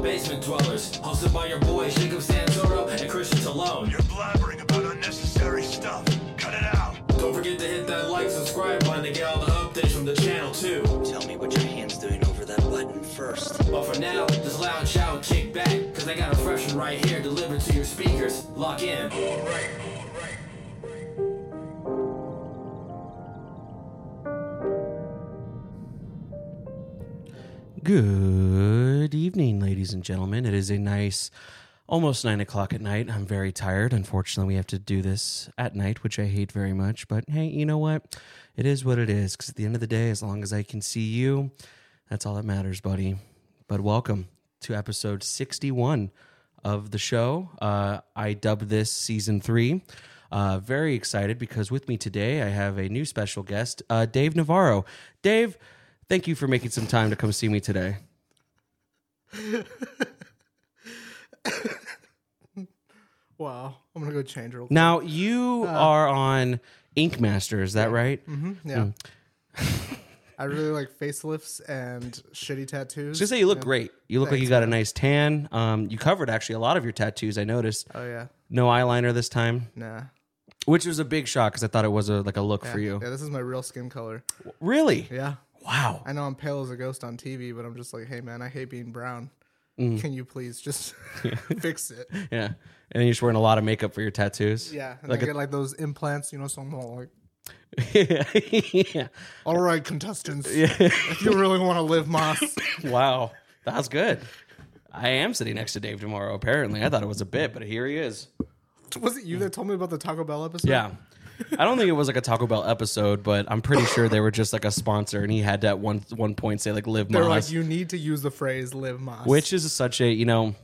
Basement Dwellers, hosted by your boys Jacob Santoro and Christian Talone. You're blabbering about unnecessary stuff. Cut it out. Don't forget to hit that like, subscribe button to get all the updates from the channel too. Tell me what your hand's doing over that button first. But for now, this loud shout, kick back, cause I got a fresh one right here delivered to your speakers. Lock in. Good evening, ladies and gentlemen. It is a nice, almost nine o'clock at night. I'm very tired. Unfortunately, we have to do this at night, which I hate very much. But hey, you know what? It is what it is. Because at the end of the day, as long as I can see you, that's all that matters, buddy. But welcome to episode 61 of the show. Uh, I dubbed this season three. Uh, very excited because with me today, I have a new special guest, uh, Dave Navarro. Dave, thank you for making some time to come see me today. Wow. I'm gonna go change real quick. Now you are on Ink Master, is that right? Mm-hmm. Uh, Yeah. I really like facelifts and shitty tattoos. I was gonna say you look great. You look like you got a nice tan. Um, you covered actually a lot of your tattoos. I noticed. oh yeah. No eyeliner this time, Nah. which was a big shock because I thought it was a like a look for you. Yeah, this is my real skin color. Really? Yeah. Wow. I know I'm pale as a ghost on TV, but I'm just like, hey man, I hate being brown. Mm. Can you please just fix it? Yeah. And you're just wearing a lot of makeup for your tattoos. Yeah. And Like I a- get like those implants, you know, so I'm all like, yeah. all right, contestants. if you really want to live, Moss. Wow. That was good. I am sitting next to Dave tomorrow. Apparently, I thought it was a bit, but here he is. Was it you that told me about the Taco Bell episode? Yeah. I don't think it was like a Taco Bell episode, but I'm pretty sure they were just like a sponsor, and he had to at one one point say like "Live They're Moss," like, you need to use the phrase live Moss. which is such a you know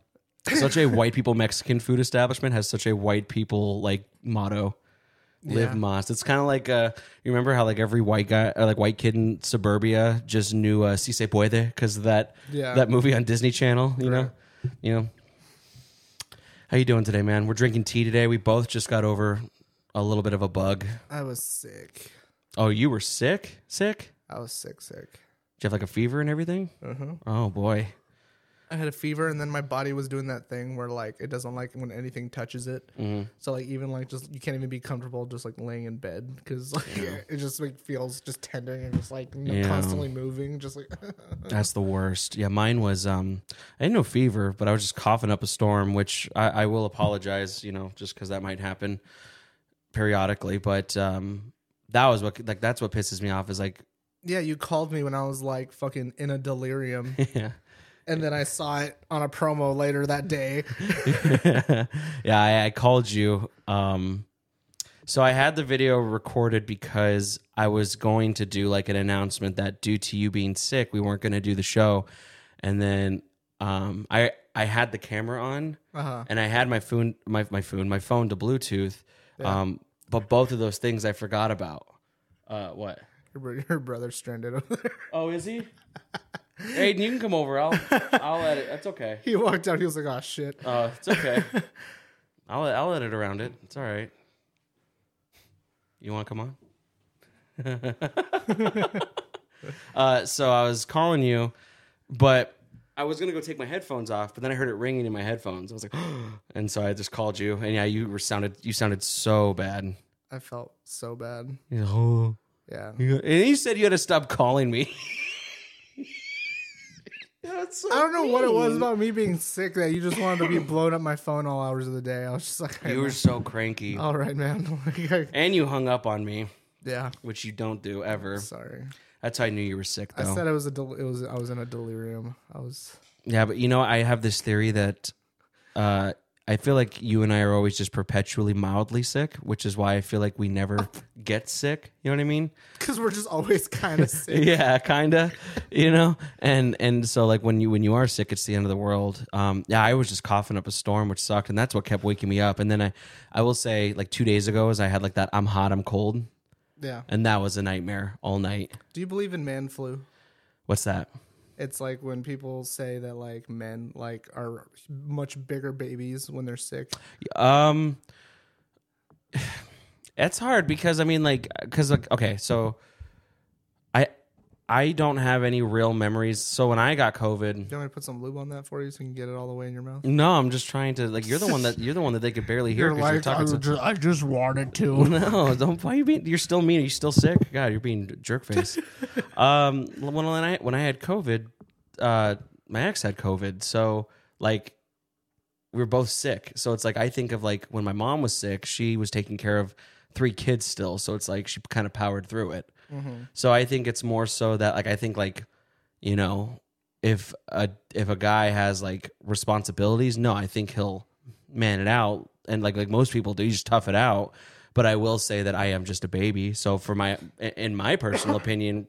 such a white people Mexican food establishment has such a white people like motto. Live Yeah. Moss. It's kind of like uh, you remember how like every white guy or like white kid in suburbia just knew uh, "Si se puede" because of that Yeah. that movie on Disney Channel. You know, you know. How you doing today, man? We're drinking tea today. We both just got over a little bit of a bug. I was sick. Oh, you were sick? Sick? I was sick, sick. Did you have like a fever and everything? Uh-huh. Oh boy. I had a fever, and then my body was doing that thing where like it doesn't like when anything touches it. Mm-hmm. So like even like just you can't even be comfortable just like laying in bed because like it just like feels just tending and just like n- Yeah. constantly moving. Just like That's the worst. Yeah, mine was um I had no fever, but I was just coughing up a storm, which I, I will apologize, you know, just because that might happen periodically. But um that was what like that's what pisses me off is like yeah, you called me when I was like fucking in a delirium, yeah. and then I saw it on a promo later that day. yeah, I, I called you. Um, so I had the video recorded because I was going to do like an announcement that due to you being sick, we weren't going to do the show. And then um, I I had the camera on Uh-huh. and I had my phone my my phone my phone to Bluetooth. Um, but both of those things I forgot about. Uh, what? Your, bro- your brother stranded over there. Oh, is he? Aiden, you can come over. I'll I'll edit. That's okay. He walked out. He was like, "Oh shit." Uh, it's okay. I'll I'll edit around it. It's all right. You want to come on? uh, so I was calling you, but I was gonna go take my headphones off, but then I heard it ringing in my headphones. I was like, and so I just called you, and yeah, you were sounded you sounded so bad. I felt so bad. You're like, "Oh." Yeah. You- And you said you had to stop calling me. That's so I don't know what it was about me being sick that you just wanted to be blowing up my phone all hours of the day. I was just like, you were so cranky, all right, man. Like, I- and you hung up on me, yeah, which you don't do ever. sorry. That's how I knew you were sick, though. I said I was a del- it was I was in a delirium. I was yeah, but you know, I have this theory that uh, I feel like you and I are always just perpetually mildly sick, which is why I feel like we never get sick. You know what I mean? because we're just always kind of sick. Yeah, kinda. You know, and and so like when you when you are sick, it's the end of the world. Um, yeah, I was just coughing up a storm, which sucked, and that's what kept waking me up. And then I, I will say, like two days ago, is I had like that I'm hot, I'm cold, Yeah. and that was a nightmare all night. Do you believe in man flu? What's that? It's like when people say that like men like are much bigger babies when they're sick. Um, it's hard because I mean, like, because like, okay, so I I don't have any real memories. So when I got COVID, You want me to put some lube on that for you so you can get it all the way in your mouth? no, I'm just trying to like you're the one that you're the one that they could barely hear because you're talking so. just, I just wanted to. No, don't. Why you being? You're still mean. Are you still sick? God, you're being jerk face. um, when I when I had COVID, uh, my ex had COVID, so like we were both sick. So it's like I think of like when my mom was sick, she was taking care of three kids still. So it's like she kind of powered through it. Mm-hmm. So I think it's more so that like I think like you know if a if a guy has like responsibilities, no, I think he'll man it out and like like most people do, you just tough it out. But I will say that I am just a baby. So for my in my personal opinion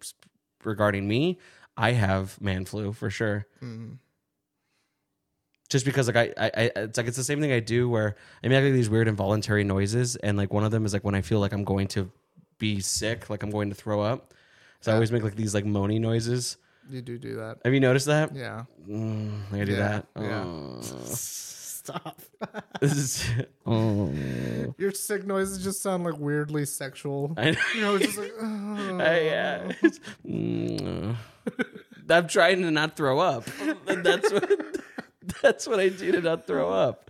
regarding me, I have man flu for sure just because like I, I, I it's like it's the same thing I do where I make like these weird involuntary noises and like one of them is like when I feel like I'm going to be sick, like I'm going to throw up. So I always make like these like moany noises. You do do that. Have you noticed that? Yeah. Mm, like I do Yeah, that. yeah. Oh. Stop. This is- oh. Your sick noises just sound like weirdly sexual. I know. You know, it's just like, "Ugh." I, yeah. Mm. I'm trying to not throw up. And that's what that's what I do to not throw up.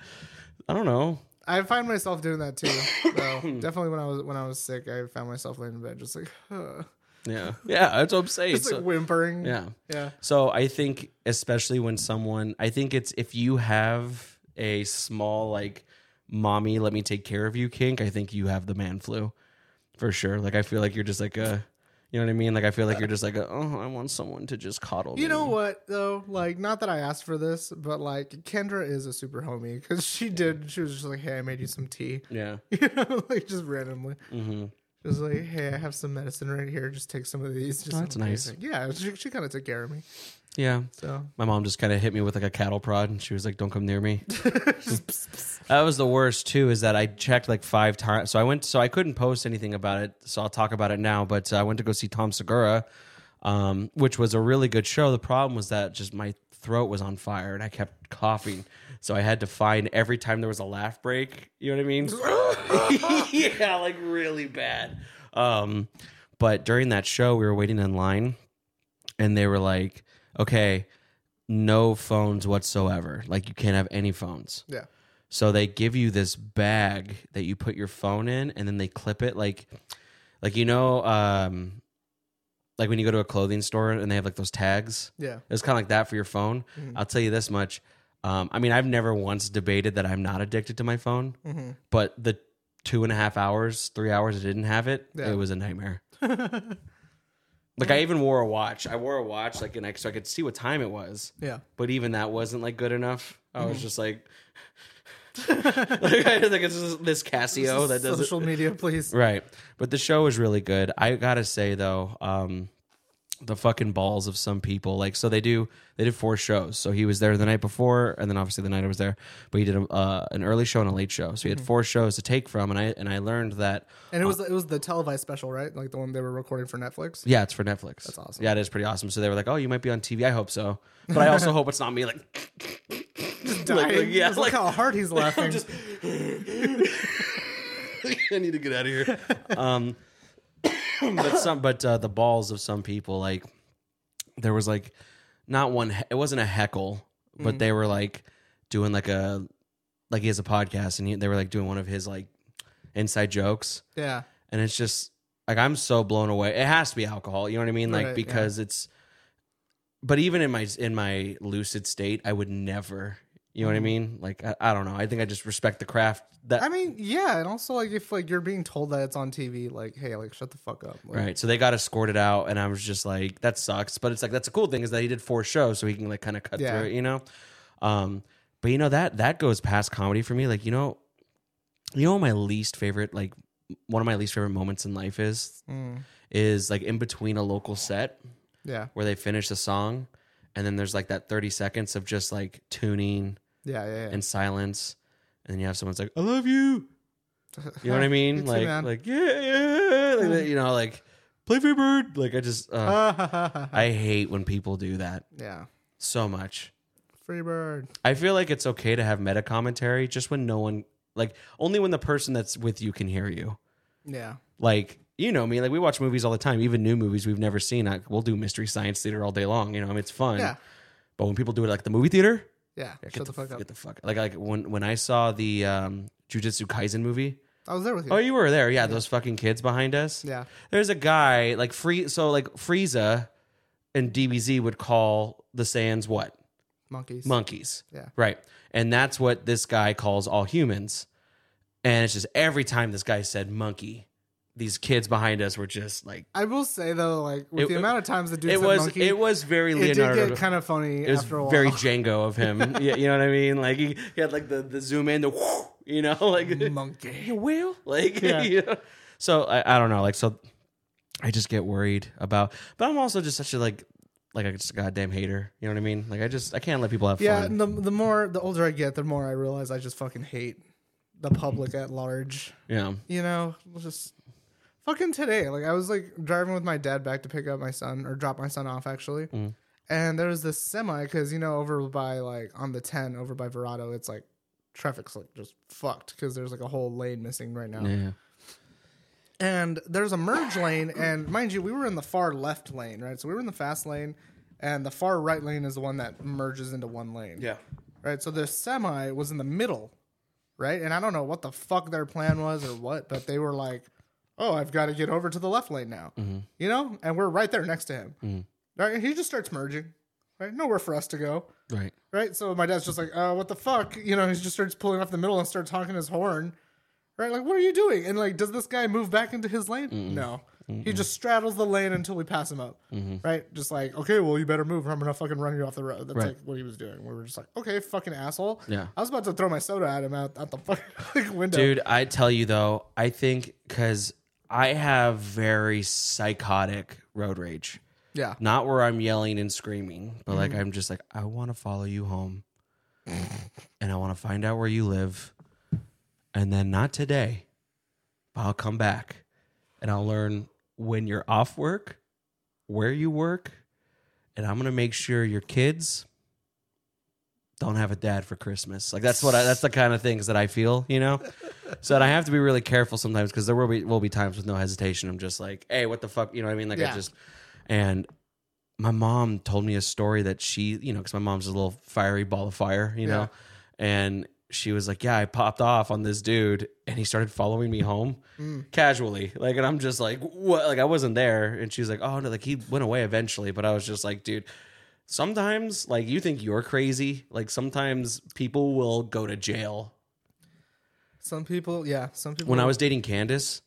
I don't know. I find myself doing that too. though. definitely when I was when I was sick, I found myself laying in bed just like, huh. Yeah. Yeah, that's what I'm saying. just So- like whimpering. yeah. yeah. So I think, especially when someone, I think it's if you have a small like, mommy, let me take care of you kink. I think you have the man flu, for sure. Like I feel like you're just like a, you know what I mean? Like I feel like you're just like a, oh, I want someone to just coddle. Uh, You me." know what though? Like, not that I asked for this, but like Kendra is a super homie because she did. She was just like, "Hey, I made you some tea," Yeah. you know, like just randomly. Mm-hmm. She was like, "Hey, I have some medicine right here. Just take some of these." Just Oh, in that's nice. case." Yeah, she, she kind of took care of me. Yeah. So My mom just kind of hit me with like a cattle prod, and she was like, "Don't come near me." that was the worst too. Is that I checked like five times, so I went, so I couldn't post anything about it. So I'll talk about it now. But uh, I went to go see Tom Segura, um, which was a really good show. The problem was that just my throat was on fire, and I kept coughing. So I had to find every time there was a laugh break. You know what I mean? yeah, like really bad. Um, but during that show, we were waiting in line, and they were like, "Okay, no phones whatsoever. Like you can't have any phones." yeah, So they give you this bag that you put your phone in, and then they clip it like, like you know, um, like when you go to a clothing store and they have like those tags. yeah. It's kind of like that for your phone. I'll tell you this much. Um, I mean, I've never once debated that I'm not addicted to my phone, but the two and a half hours, three hours I didn't have it, Yeah. it was a nightmare. like I even wore a watch. I wore a watch like and I, so I could see what time it was. Yeah. But even that wasn't like good enough. I Mm-hmm. was just like, like I think it's just this Casio Oh, that doesn't Social media, please. Right. But the show is really good. I gotta say though, um, the fucking balls of some people. Like, so they do. They did four shows. So he was there the night before, and then obviously the night I was there. But he did a, uh, an early show and a late show. So he Mm-hmm. had four shows to take from, and I and I learned that. And it was it was the televised special, right? Like the one they were recording for Netflix. Yeah, it's for Netflix. That's awesome. Yeah, it is pretty awesome. So they were like, "Oh, you might be on TV. I hope so, but I also hope it's not me." Like, Dying. like, yeah, Just look like- how hard he's laughing. I need to get out of here. Um, but some, but uh, the balls of some people, like there was like not one. he- It wasn't a heckle, but they were like doing like a like he has a podcast, and he, they were like doing one of his like inside jokes, yeah, and it's just like I'm so blown away. It has to be alcohol, you know what I mean? Like Right, yeah. because it's. But even in my in my lucid state, I would never. You Mm-hmm. know what I mean? Like I, I don't know. I think I just respect the craft. That I mean, yeah, and also like if like you're being told that it's on TV, like hey, like shut the fuck up. Like, Right. So they got escorted out, and I was just like, that sucks. But it's like that's a cool thing is that he did four shows, so he can like kind of cut Yeah. through it, you know. Um, but you know that that goes past comedy for me. Like you know, you know, what my least favorite like one of my least favorite moments in life is is like in between a local set mm, Yeah. where they finish the song, and then there's like that thirty seconds of just like tuning Yeah. Yeah. yeah. and silence, and then you have someone's like, "I love you." You know what I You mean? too, Like, man. like yeah, yeah, like that, you know, like play free bird. Like I just, uh, I hate when people do that yeah. so much. Free bird. I feel like it's okay to have meta commentary just when no one, like, only when the person that's with you can hear you. Yeah. Like, you know me, like we watch movies all the time, even new movies we've never seen. I, we'll do Mystery Science Theater all day long. You know, I mean, it's fun. Yeah. But when people do it like the movie theater, Yeah, get shut the, fuck up. Get the fuck. Like like when when I saw the um, Jujutsu Kaisen movie. I was there with you. Oh, you were there. Yeah, those fucking kids behind us. Yeah. There's a guy like free. So like Frieza and DBZ would call the Saiyans what monkeys. monkeys. Yeah. Right. And that's what this guy calls all humans. And it's just every time this guy said monkey, these kids behind us were just like I will say though, like with It- the amount of times the dude it said was monkey, it was very it did Leonardo. get kind of funny it was after a while. very Django of him. yeah, you know what I mean? Like he, he had like the, the zoom in, the whoo, you know, like monkey. you will like Mm-hmm. Yeah. you know? so I, I don't know like so i just get worried about but i'm also just such a like like i just a goddamn hater you know what i mean like i just i can't let people have Yeah, fun and the the more the older I get, the more I realize I just fucking hate the public at large. yeah You know, just fucking today. Like I was like driving with my dad back to pick up my son or drop my son off actually, and there was this semi because you know over by like on the ten over by Verado, it's like traffic's like just fucked because there's like a whole lane missing right now. yeah and there's a merge lane and mind you we were in the far left lane right so we were in the fast lane and the far right lane is the one that merges into one lane right so the semi was in the middle right and i don't know what the fuck their plan was or what but they were like oh i've got to get over to the left lane now you know and we're right there next to him right and he just starts merging right nowhere for us to go right right? So my dad's just like, uh, what the fuck? You know, he just starts pulling off the middle and starts honking his horn, right? Like, what are you doing? And like, does this guy move back into his lane? No. He just straddles the lane until we pass him up, Mm-hmm. right? Just like, okay, well, you better move or I'm going to fucking run you off the road. That's Right. like what he was doing. We were just like, okay, fucking asshole. Yeah. I was about to throw my soda at him out, out the fucking like, window. dude i tell you though i think because i have very psychotic road rage Yeah. Mm-hmm. not where i'm yelling and screaming but like i'm just like i want to follow you home and i want to find out where you live and then not today but i'll come back and i'll learn when you're off work where you work and i'm gonna make sure your kids don't have a dad for christmas like that's what i that's the kind of things that i feel you know so that i have to be really careful sometimes because there will be will be times with no hesitation i'm just like hey what the fuck you know what i mean like i Yeah. just and my mom told me a story that she, you know, because my mom's a little fiery ball of fire, you know, and she was like, "Yeah, I popped off on this dude, and he started following me home casually, like." And I'm just like, "What?" Like I wasn't there, and she's like, "Oh no!" Like he went away eventually, but I was just like, "Dude." Sometimes, like you think you're crazy. Like sometimes people will go to jail Some people, yeah. Some people. when I was dating Candace,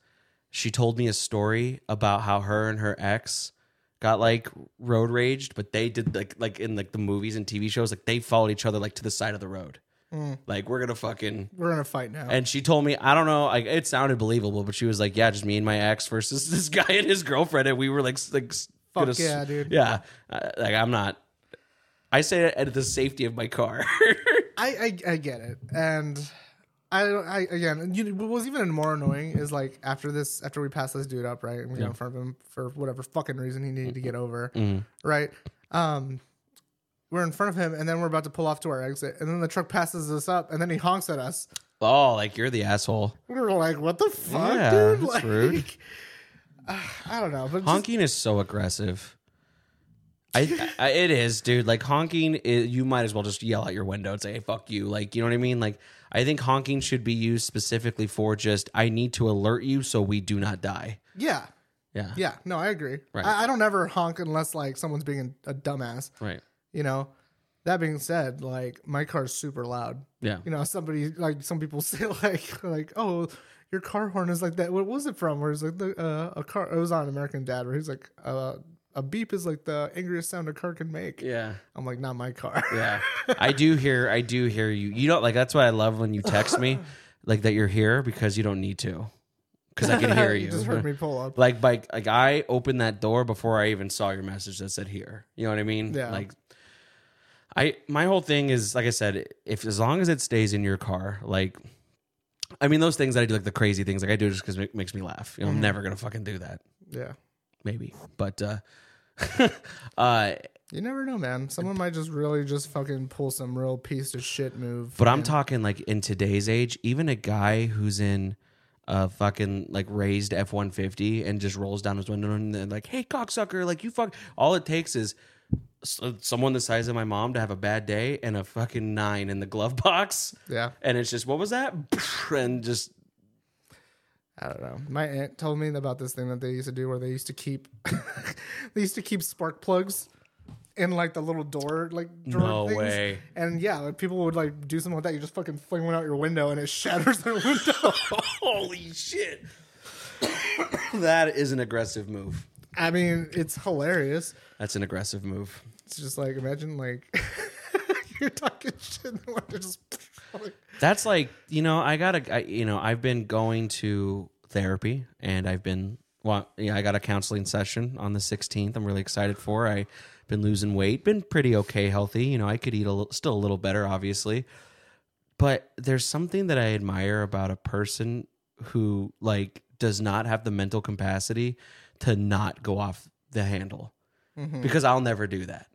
she told me a story about how her and her ex got like road raged, but they did like like in like the movies and TV shows, like they followed each other like to the side of the road. Mm. Like we're gonna fucking We're in a fight now. and she told me, I don't know, like it sounded believable, but she was like, yeah, just me and my ex versus this guy and his girlfriend, and we were like, s- like s- Fuck s- yeah, dude. yeah. Uh, like I'm not. I say it at the safety of my car. I, I I get it, and I I again. You, what was even more annoying is like after this, after we passed this dude up, right, and we got in front of him for whatever fucking reason he needed to get over, Mm-hmm. right? Um, we're in front of him, and then we're about to pull off to our exit, and then the truck passes us up, and then he honks at us. oh, like you're the asshole. We were like, "What the fuck, Yeah, dude?" that's Like, rude. uh, I don't know, but just- honking is so aggressive. I, I it is, dude. Like honking, i you might as well just yell out your window and say "Hey, "fuck you." Like you know what I mean? Like I think honking should be used specifically for just I need to alert you so we do not die. yeah, Yeah, yeah, no, I agree. Right. I, I don't ever honk unless like someone's being a dumbass. right, you know that being said like my car's super loud yeah, you know somebody like some people say like like oh your car horn is like that what was it from where it's like the uh, a car it was on american dad where he's like uh, a beep is like the angriest sound a car can make yeah. i'm like not my car Yeah. I do hear I do hear you. You don't like that's why I love when you text me like that you're here because you don't need to. Cuz I can hear you. just heard me pull up Like by like I opened that door before I even saw your message that said here. You know what I mean? Yeah. Like I my whole thing is like I said if as long as it stays in your car like I mean those things that I do like the crazy things like I do just cuz it makes me laugh. You know, I'm never going to fucking do that. yeah Maybe. But uh uh you never know man someone might just really just fucking pull some real piece of shit move But I'm talking like in today's age, even a guy who's in uh, fucking like raised F one fifty and just rolls down his window and they're like, "Hey, cocksucker! Like you fuck." All it takes is s- uh, someone the size of my mom to have a bad day and a fucking nine in the glove box. Yeah. and it's just what was that? And just I don't know. My aunt told me about this thing that they used to do where they used to keep they used to keep spark plugs in like the little door like drawer No things. way. And yeah, like, people would like do something like that. You just fucking fling one out your window and it shatters their window. holy shit. that is an aggressive move. I mean, it's hilarious. That's an aggressive move. It's just like imagine like you're talking shit and like, they're just like, That's like you know I gotta I, you know I've been going to therapy and I've been well yeah I got a counseling session on the 16th I'm really excited for I've been losing weight been pretty okay healthy you know I could eat a little, still a little better obviously but there's something that I admire about a person who like does not have the mental capacity to not go off the handle because I'll never do that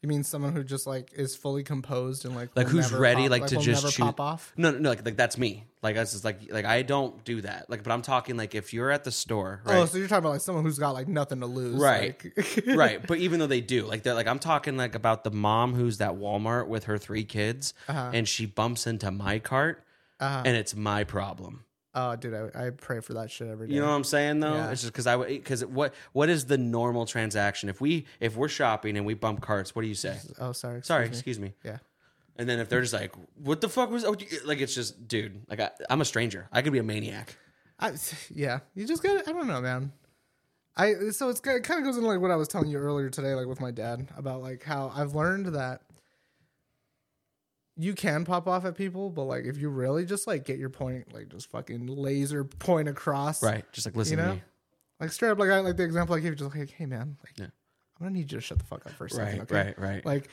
you mean someone who just like is fully composed and like like will who's never ready pop- like to will just never choo- pop off? no no, no like, like that's me like that's just like like i don't do that like but i'm talking like if you're at the store right Oh, so you're talking about like someone who's got like nothing to lose, Right. like- right but even though they do like they're like i'm talking like about the mom who's at walmart with her three kids Uh-huh. and she bumps into my cart and it's my problem Oh, dude, I, I pray for that shit every day. you know what i'm saying though Yeah. it's just because i because what what is the normal transaction if we if we're shopping and we bump carts what do you say oh, sorry. excuse sorry me. excuse me Yeah. and then if they're just like what the fuck was oh, you-" like it's just dude like I, i'm a stranger i could be a maniac I, yeah. You just got. to I don't know, man. I so it's it kind of goes into like what I was telling you earlier today, like with my dad about like how I've learned that you can pop off at people, but like if you really just like get your point, like just fucking laser point across, Right. Just like listen You to know, me. like straight up, like I like the example I gave, just like, hey man, like Yeah. I'm gonna need you to shut the fuck up for a second, Right, okay? right, right. Like,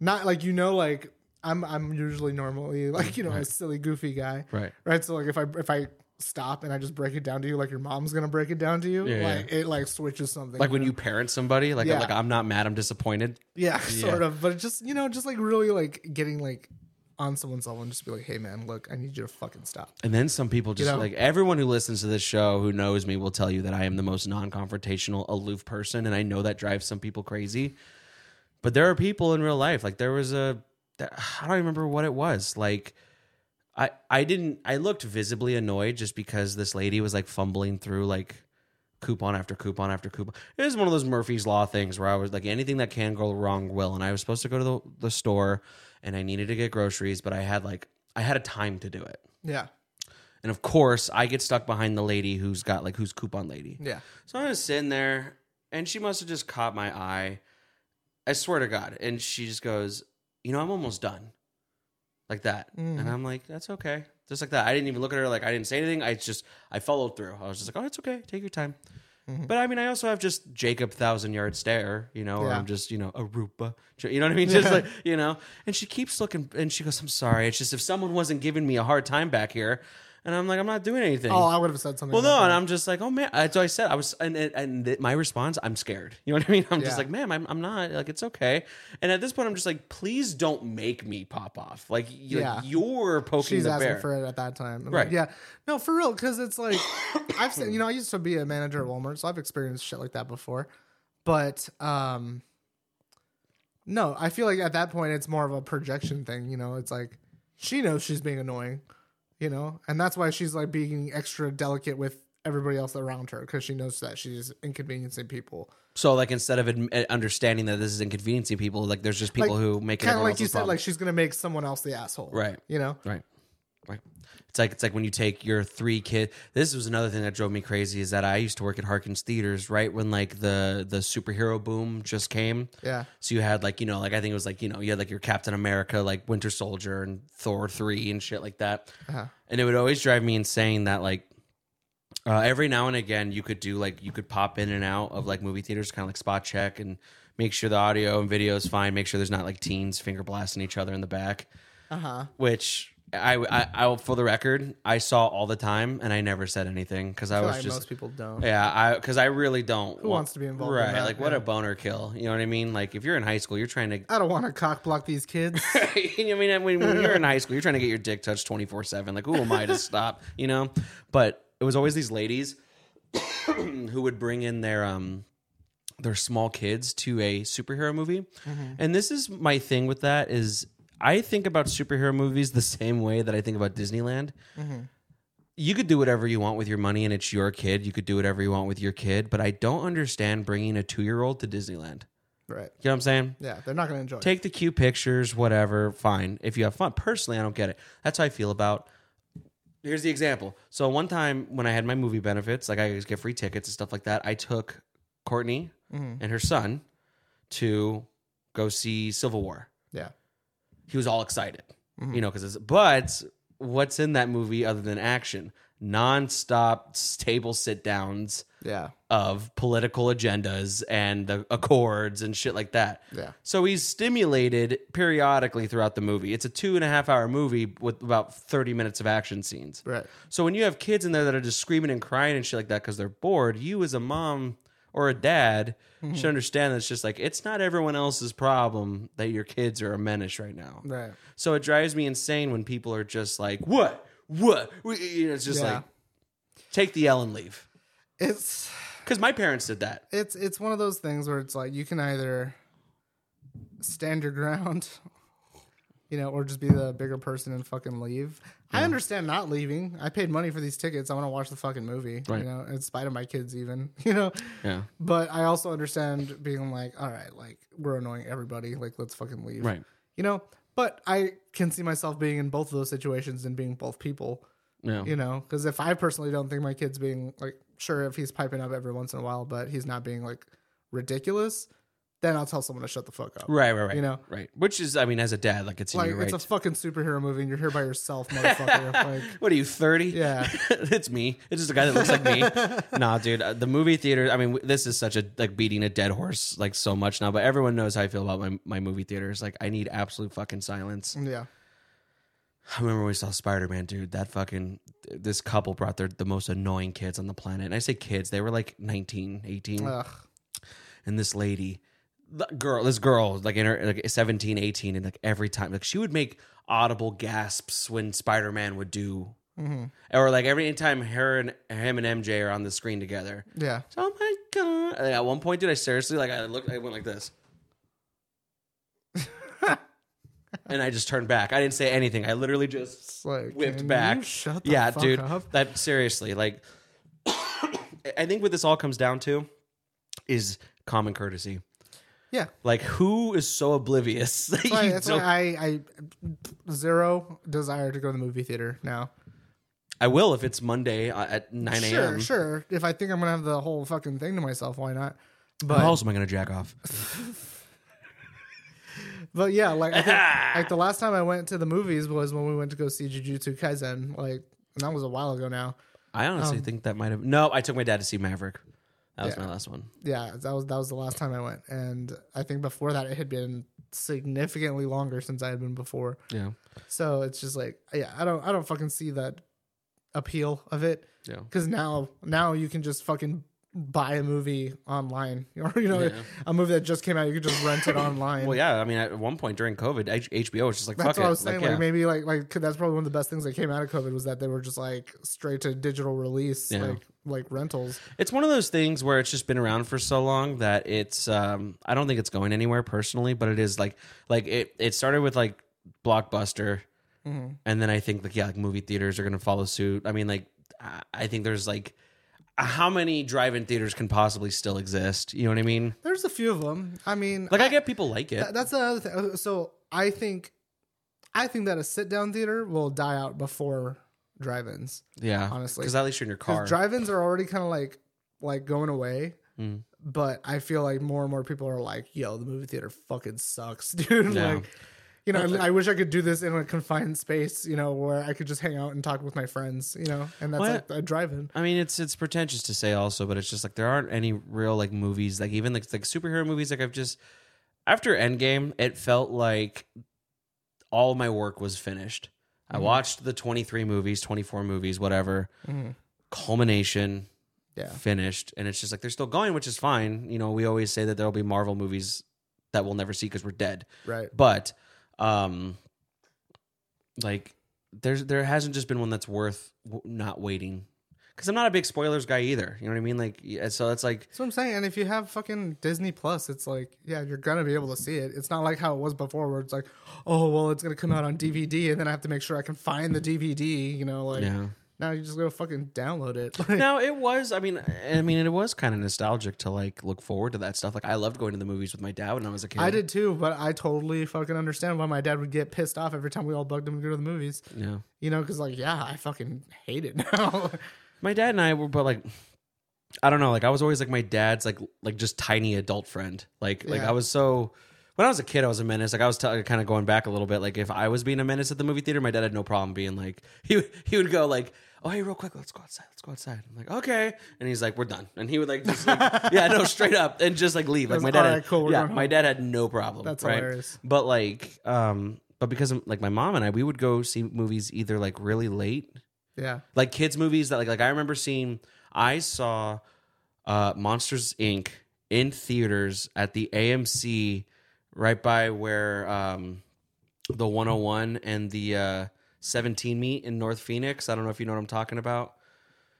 not like you know, like I'm I'm usually normally like you know a silly goofy guy, Right. Right. So like if I if I stop and I just break it down to you, like your mom's gonna break it down to you, Yeah, like it like switches something, Like when you parent somebody, like Yeah. like I'm not mad, I'm disappointed. yeah, sort of, but just you know, just like really like getting like on someone's level and just be like, hey man, look, I need you to fucking stop. And then some people just know? like everyone who listens to this show who knows me will tell you that I am the most non-confrontational, aloof person, and I know that drives some people crazy. But there are people in real life. Like there was a, I don't remember what it was. Like I I didn't I looked visibly annoyed just because this lady was like fumbling through like coupon after coupon after coupon. It was one of those Murphy's Law things where I was like anything that can go wrong will and I was supposed to go to the, the store and I needed to get groceries, but I had like I had a time to do it. Yeah. And of course, I get stuck behind the lady who's got like who's coupon lady. Yeah. So I was sitting there, and she must have just caught my eye. I swear to God. And she just goes, "You know, I'm almost done," like that. Mm. And I'm like, "That's okay," just like that. I didn't even look at her. Like I didn't say anything. I just I followed through. I was just like, "Oh, it's okay. Take your time." Mm-hmm. But I mean, I also have just Jacob thousand yard stare, you know, or Yeah. I'm just you know Arupa, you know what I mean? Just like you know. And she keeps looking, and she goes, "I'm sorry. It's just if someone wasn't giving me a hard time back here." And I'm like, I'm not doing anything. Oh, I would have said something. Well, like no, that. and I'm just like, oh man. That's what I said. I was, and and, and th- my response, I'm scared. You know what I mean? I'm Yeah. just like, ma'am, I'm, I'm not. Like, it's okay. And at this point, I'm just like, please don't make me pop off. Like, you, Yeah. are poking she's the asking bear. for it at that time. And, Right. Like, yeah. No, for real, because it's like I've seen. You know, I used to be a manager at Walmart, so I've experienced shit like that before. But um, no, I feel like at that point it's more of a projection thing. You know, it's like she knows she's being annoying. You know, and that's why she's like being extra delicate with everybody else around her because she knows that she's inconveniencing people. so, like, instead of adm- understanding that this is inconveniencing people, like, there's just people Like, who make it Kind of everyone like you else's said, problem. like she's gonna make someone else the asshole. Right. You know. Right. Right. It's like it's like when you take your three kid. This was another thing that drove me crazy is that I used to work at Harkins Theaters right when like the the superhero boom just came. Yeah. So you had like you know like I think it was like you know you had like your Captain America like Winter Soldier and Thor three and shit like that. Uh-huh. And it would always drive me insane that like uh, every now and again you could do like you could pop in and out of like movie theaters kind of like spot check and make sure the audio and video is fine make sure there's not like teens finger blasting each other in the back uh-huh which I, I, I, for the record, I saw all the time, and I never said anything because I I feel was like just most people don't. Yeah, I because I really don't. Who wants to be involved in Right, that? like what Yeah. a boner kill. You know what I mean? Like if you're in high school, you're trying to. I don't want to cock block these kids. you know what I mean, when, when you're in high school, you're trying to get your dick touched twenty four seven. Like who am I to stop? You know, but it was always these ladies who would bring in their um their small kids to a superhero movie, and this is my thing with that is I think about superhero movies the same way that I think about Disneyland you could do whatever you want with your money and it's your kid. You could do whatever you want with your kid, but I don't understand bringing a two year old to Disneyland. right. You know what I'm saying? Yeah, they're not going to enjoy it. Take the cute pictures, whatever, fine. If you have fun. Personally, I don't get it. That's how I feel about. Here's the example. So, one time when I had my movie benefits, like I always get free tickets and stuff like that, I took Courtney and her son to go see Civil War Yeah. he was all excited, you know, because it's, but what's in that movie other than action? Nonstop table sit downs Yeah. of political agendas and the accords and shit like that. Yeah. So he's stimulated periodically throughout the movie. It's a two and a half hour movie with about 30 minutes of action scenes. Right. So when you have kids in there that are just screaming and crying and shit like that because they're bored, you as a mom or a dad Mm-hmm. should understand that it's just like it's not everyone else's problem that your kids are a menace right now. Right. So it drives me insane when people are just like, "What? What?" We- You know, it's just Yeah. like, take the L and leave. It's Because my parents did that. it's it's one of those things where it's like you can either stand your ground, you know, or just be the bigger person and fucking leave. I understand not leaving. I paid money for these tickets. I want to watch the fucking movie, Right. you know, in spite of my kids even, you know. Yeah. But I also understand being like, all right, like we're annoying everybody, like let's fucking leave. Right. You know, but I can see myself being in both of those situations and being both people. Yeah. you know because if i personally don't think my kid's being like sure if he's piping up every once in a while but he's not being like ridiculous then i'll tell someone to shut the fuck up Right. Right. Right. You know? Right. Which is, I mean, as a dad, like it's in like your right. it's a fucking superhero movie and you're here by yourself motherfucker like what are you 30 Yeah. it's me it's just a guy that looks like me nah dude uh, the movie theater i mean w- this is such a like beating a dead horse like so much now but everyone knows how i feel about my, my movie theaters like i need absolute fucking silence yeah i remember when we saw spider-man dude that fucking this couple brought their the most annoying kids on the planet and i say kids they were like 19 18 Ugh. and this lady the girl this girl like in her like 17 18 and like every time like she would make audible gasps when spider-man would do or like every time her and him and mj are on the screen together yeah oh my god And at one point dude i seriously like i looked i went like this and i just turned back i didn't say anything i literally just it's like whipped can back. you shut the yeah, fuck dude. up That seriously, like, I think what this all comes down to is common courtesy. yeah Like, who is so oblivious that That's why- you that's why don't- I, I, I zero desire to go to the movie theater now will if it's Monday uh, at nine sure a.m. sure if i think i'm gonna have the whole fucking thing to myself why not But how else am I going to jack off? But yeah, like I think, like the last time I went to the movies was when we went to go see Jujutsu Kaisen. Like, and that was a while ago now. I honestly think that might have. No, I took my dad to see Maverick. That was Um, Yeah. my last one. Yeah, that was that was the last time I went, and I think before that it had been significantly longer since I had been before. Yeah, So it's just like, yeah, I don't I don't fucking see that appeal of it yeah. because now now you can just fucking buy a movie online or you know Yeah. a movie that just came out you can just rent it online. Well, yeah. I mean, at one point during COVID, H- HBO was just like, That's "Fuck what it." I was saying. Like, yeah. maybe like like 'cause that's probably one of the best things that came out of COVID was that they were just like straight to digital release, Yeah. like like rentals. It's one of those things where it's just been around for so long that it's um I don't think it's going anywhere personally, but it is like like it it started with like blockbuster Mm-hmm. and then I think like yeah, like movie theaters are going to follow suit. I mean like I- I think there's like how many drive-in theaters can possibly still exist? You know what I mean? There's a few of them. I mean, Like I get people like it. th- that's another thing. Uh, So I think, I think that a sit down theater will die out before drive-ins. yeah. honestly. Cuz at least you're in your car. Because drive-ins are already kind of like like going away. Mm. But I feel like more and more people are like, "Yo, the movie theater fucking sucks, dude." Yeah. Like, you know, I, I wish I could do this in a confined space, you know, where I could just hang out and talk with my friends, you know, and that's What? like a drive-in. I mean, it's it's pretentious to say also, but it's just like there aren't any real like movies, like even like like superhero movies. Like I've just after Endgame, it felt like all my work was finished. I watched the 23 movies, 24 movies, whatever. Culmination Yeah. finished, and it's just like they're still going, which is fine. You know, we always say that there'll be Marvel movies that we'll never see because we're dead. Right. But um like there's there hasn't just been one that's worth w- not waiting. Cuz I'm not a big spoilers guy either. You know what I mean? Like yeah, so it's like That's what I'm saying. And if you have fucking Disney Plus, it's like, yeah, you're gonna be able to see it. It's not like how it was before, where it's like, oh, well, it's gonna come out on DVD, and then I have to make sure I can find the DVD. You know, like Yeah. now you just go fucking download it. now it was i mean i mean it was kind of nostalgic to like look forward to that stuff like i loved going to the movies with my dad when i was a kid I did too, but I totally fucking understand why my dad would get pissed off every time we all bugged him to go to the movies. yeah You know, because like, yeah, I fucking hate it now. my dad and i were but like i don't know like i was always like my dad's like like just tiny adult friend like like Yeah. i was so when i was a kid i was a menace like i was t- kind of going back a little bit like if i was being a menace at the movie theater my dad had no problem being like he would he would go like Oh hey, real quick, let's go outside. Let's go outside. I'm like, okay, and he's like, we're done. And he would like, just like yeah, no, straight up, and just like leave. Like That's, my dad, "All right, had- cool, we're yeah, going my home." dad had no problem. That's right? hilarious. But like, um, but because of, like my mom and I, we would go see movies either like really late, yeah, like kids movies that like like I remember seeing. I saw uh, Monsters Inc. in theaters at the AMC right by where um, the 101 and the uh, 17 meet in North Phoenix. I don't know if you know what I'm talking about.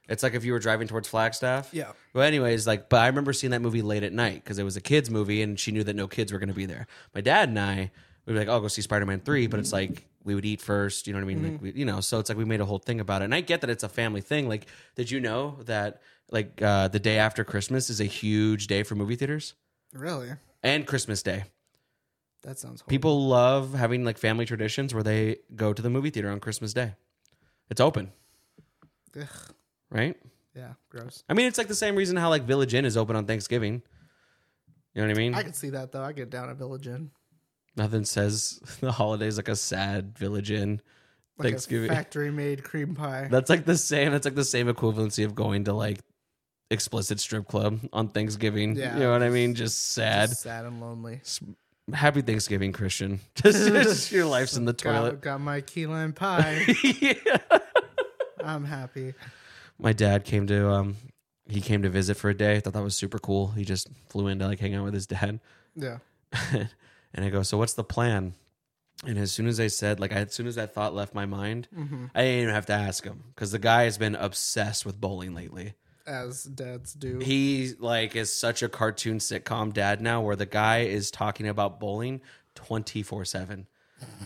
It's like if you were driving towards Flagstaff. Yeah. Well, anyways, like, but I remember seeing that movie late at night because it was a kids movie, and she knew that no kids were going to be there. My dad and I, we were like, "Oh, go see Spider Man 3, but it's like we would eat first. You know what I mean? Like, we, you know, so it's like we made a whole thing about it, and I get that it's a family thing. Like, did you know that like uh, the day after Christmas is a huge day for movie theaters really, and Christmas Day? that sounds. Horrible. People love having like family traditions where they go to the movie theater on Christmas Day. It's open, Ugh, right? yeah, gross. I mean, it's like the same reason how like Village Inn is open on Thanksgiving. You know what I mean? I could see that though. I get down at Village Inn. Nothing says the holidays like a sad Village Inn Like a Thanksgiving. factory made cream pie. That's like the same. That's like the same equivalency of going to like explicit strip club on Thanksgiving. Yeah. You know what I mean? Just sad. Just sad and lonely. Happy Thanksgiving, Christian. Just, just your life's in the Got, toilet. got my key lime pie. yeah. I'm happy. my dad came to um he came to visit for a day. I thought that was super cool. He just flew in to like hang out with his dad. Yeah. and I go, "So what's the plan?" And as soon as I said, like, as soon as that thought left my mind, I didn't even have to ask him because the guy has been obsessed with bowling lately. As dads do. He like is such a cartoon sitcom dad now, where the guy is talking about bowling twenty four seven.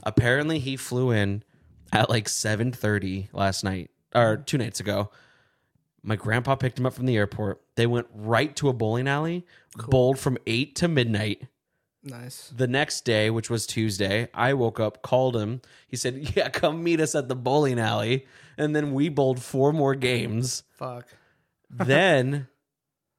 Apparently, he flew in at like seven thirty last night or two nights ago. My grandpa picked him up from the airport. They went right to a bowling alley, bowled from eight to midnight. nice. The next day, which was Tuesday, I woke up, called him. He said, Yeah, come meet us at the bowling alley. And then we bowled four more games. Fuck. then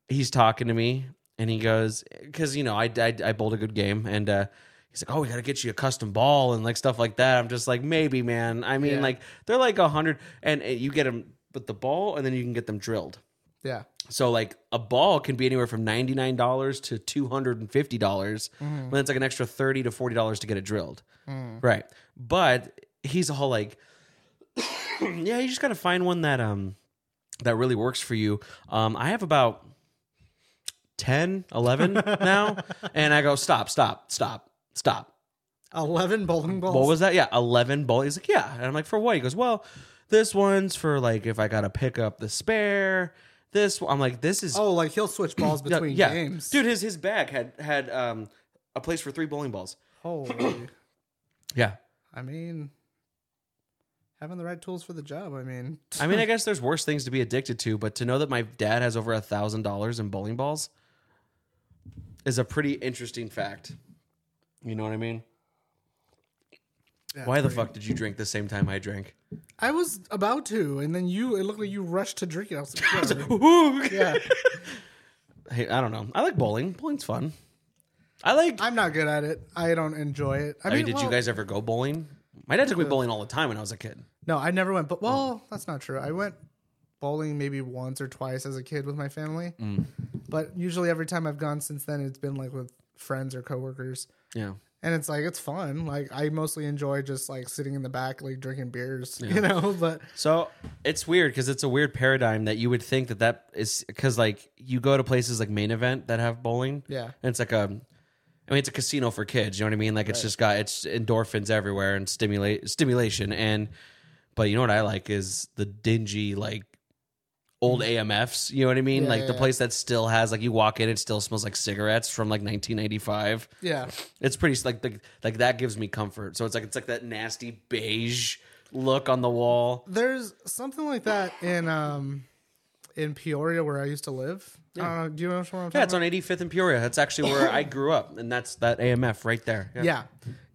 he's talking to me and he goes, Because, you know, I, I, I bowled a good game. And uh, he's like, Oh, we got to get you a custom ball and like stuff like that. I'm just like, Maybe, man. I mean, Yeah. like, they're like a 100. And uh, you get them with the ball and then you can get them drilled. Yeah. So like a ball can be anywhere from ninety nine dollars to two hundred and fifty dollars, but it's like an extra thirty to forty dollars to get it drilled, right? But he's all like, "Yeah, you just gotta find one that um that really works for you." Um, I have about 10, 11 now, and I go, "Stop, stop, stop, stop." 11 bowling balls. What was that? Yeah, eleven ball. He's like, yeah, and I'm like, for what? He goes, well, this one's for like if I gotta pick up the spare. This one-" I'm like, this is Oh, like he'll switch balls yeah, between yeah. games. Dude, his his bag had had um a place for three bowling balls. Holy. Yeah. Oh, I mean, having the right tools for the job. I mean, I mean, I guess there's worse things to be addicted to, but to know that my dad has over a thousand dollars in bowling balls is a pretty interesting fact. You know what I mean? Why the fuck did you drink the same time I drank? I was about to, and then you, it looked like you rushed to drink it. I was like, "Whoa." yeah. Hey, I don't know. I like bowling. Bowling's fun. I like. I'm not good at it. I don't enjoy it. I I mean, mean, did you well, guys ever go bowling? My dad took me bowling all the time when I was a kid. No, I never went. But well, that's not true. I went bowling maybe once or twice as a kid with my family, Mm. but usually every time I've gone since then, it's been like with friends or coworkers. Yeah. and it's like it's fun. Like I mostly enjoy just like sitting in the back, like drinking beers, you know. But So it's weird because it's a weird paradigm that you would think that that is because like you go to places like main event that have bowling. Yeah. And it's like a, I mean, it's a casino for kids. You know what I mean? Like it's just got it's endorphins everywhere and stimulate stimulation. And but you know what I like is the dingy like old AMFs. You know what I mean? Mm. Yeah, like yeah, the yeah. place that still has like you walk in, it still smells like cigarettes from like 1995. yeah, It's pretty like the, like that gives me comfort. So it's like it's like that nasty beige look on the wall. there's something like that in um in Peoria where I used to live. I don't know, do you know what I'm talking Yeah, about? it's on 85th and Peoria. That's actually where I grew up, and that's that AMF right there. Yeah.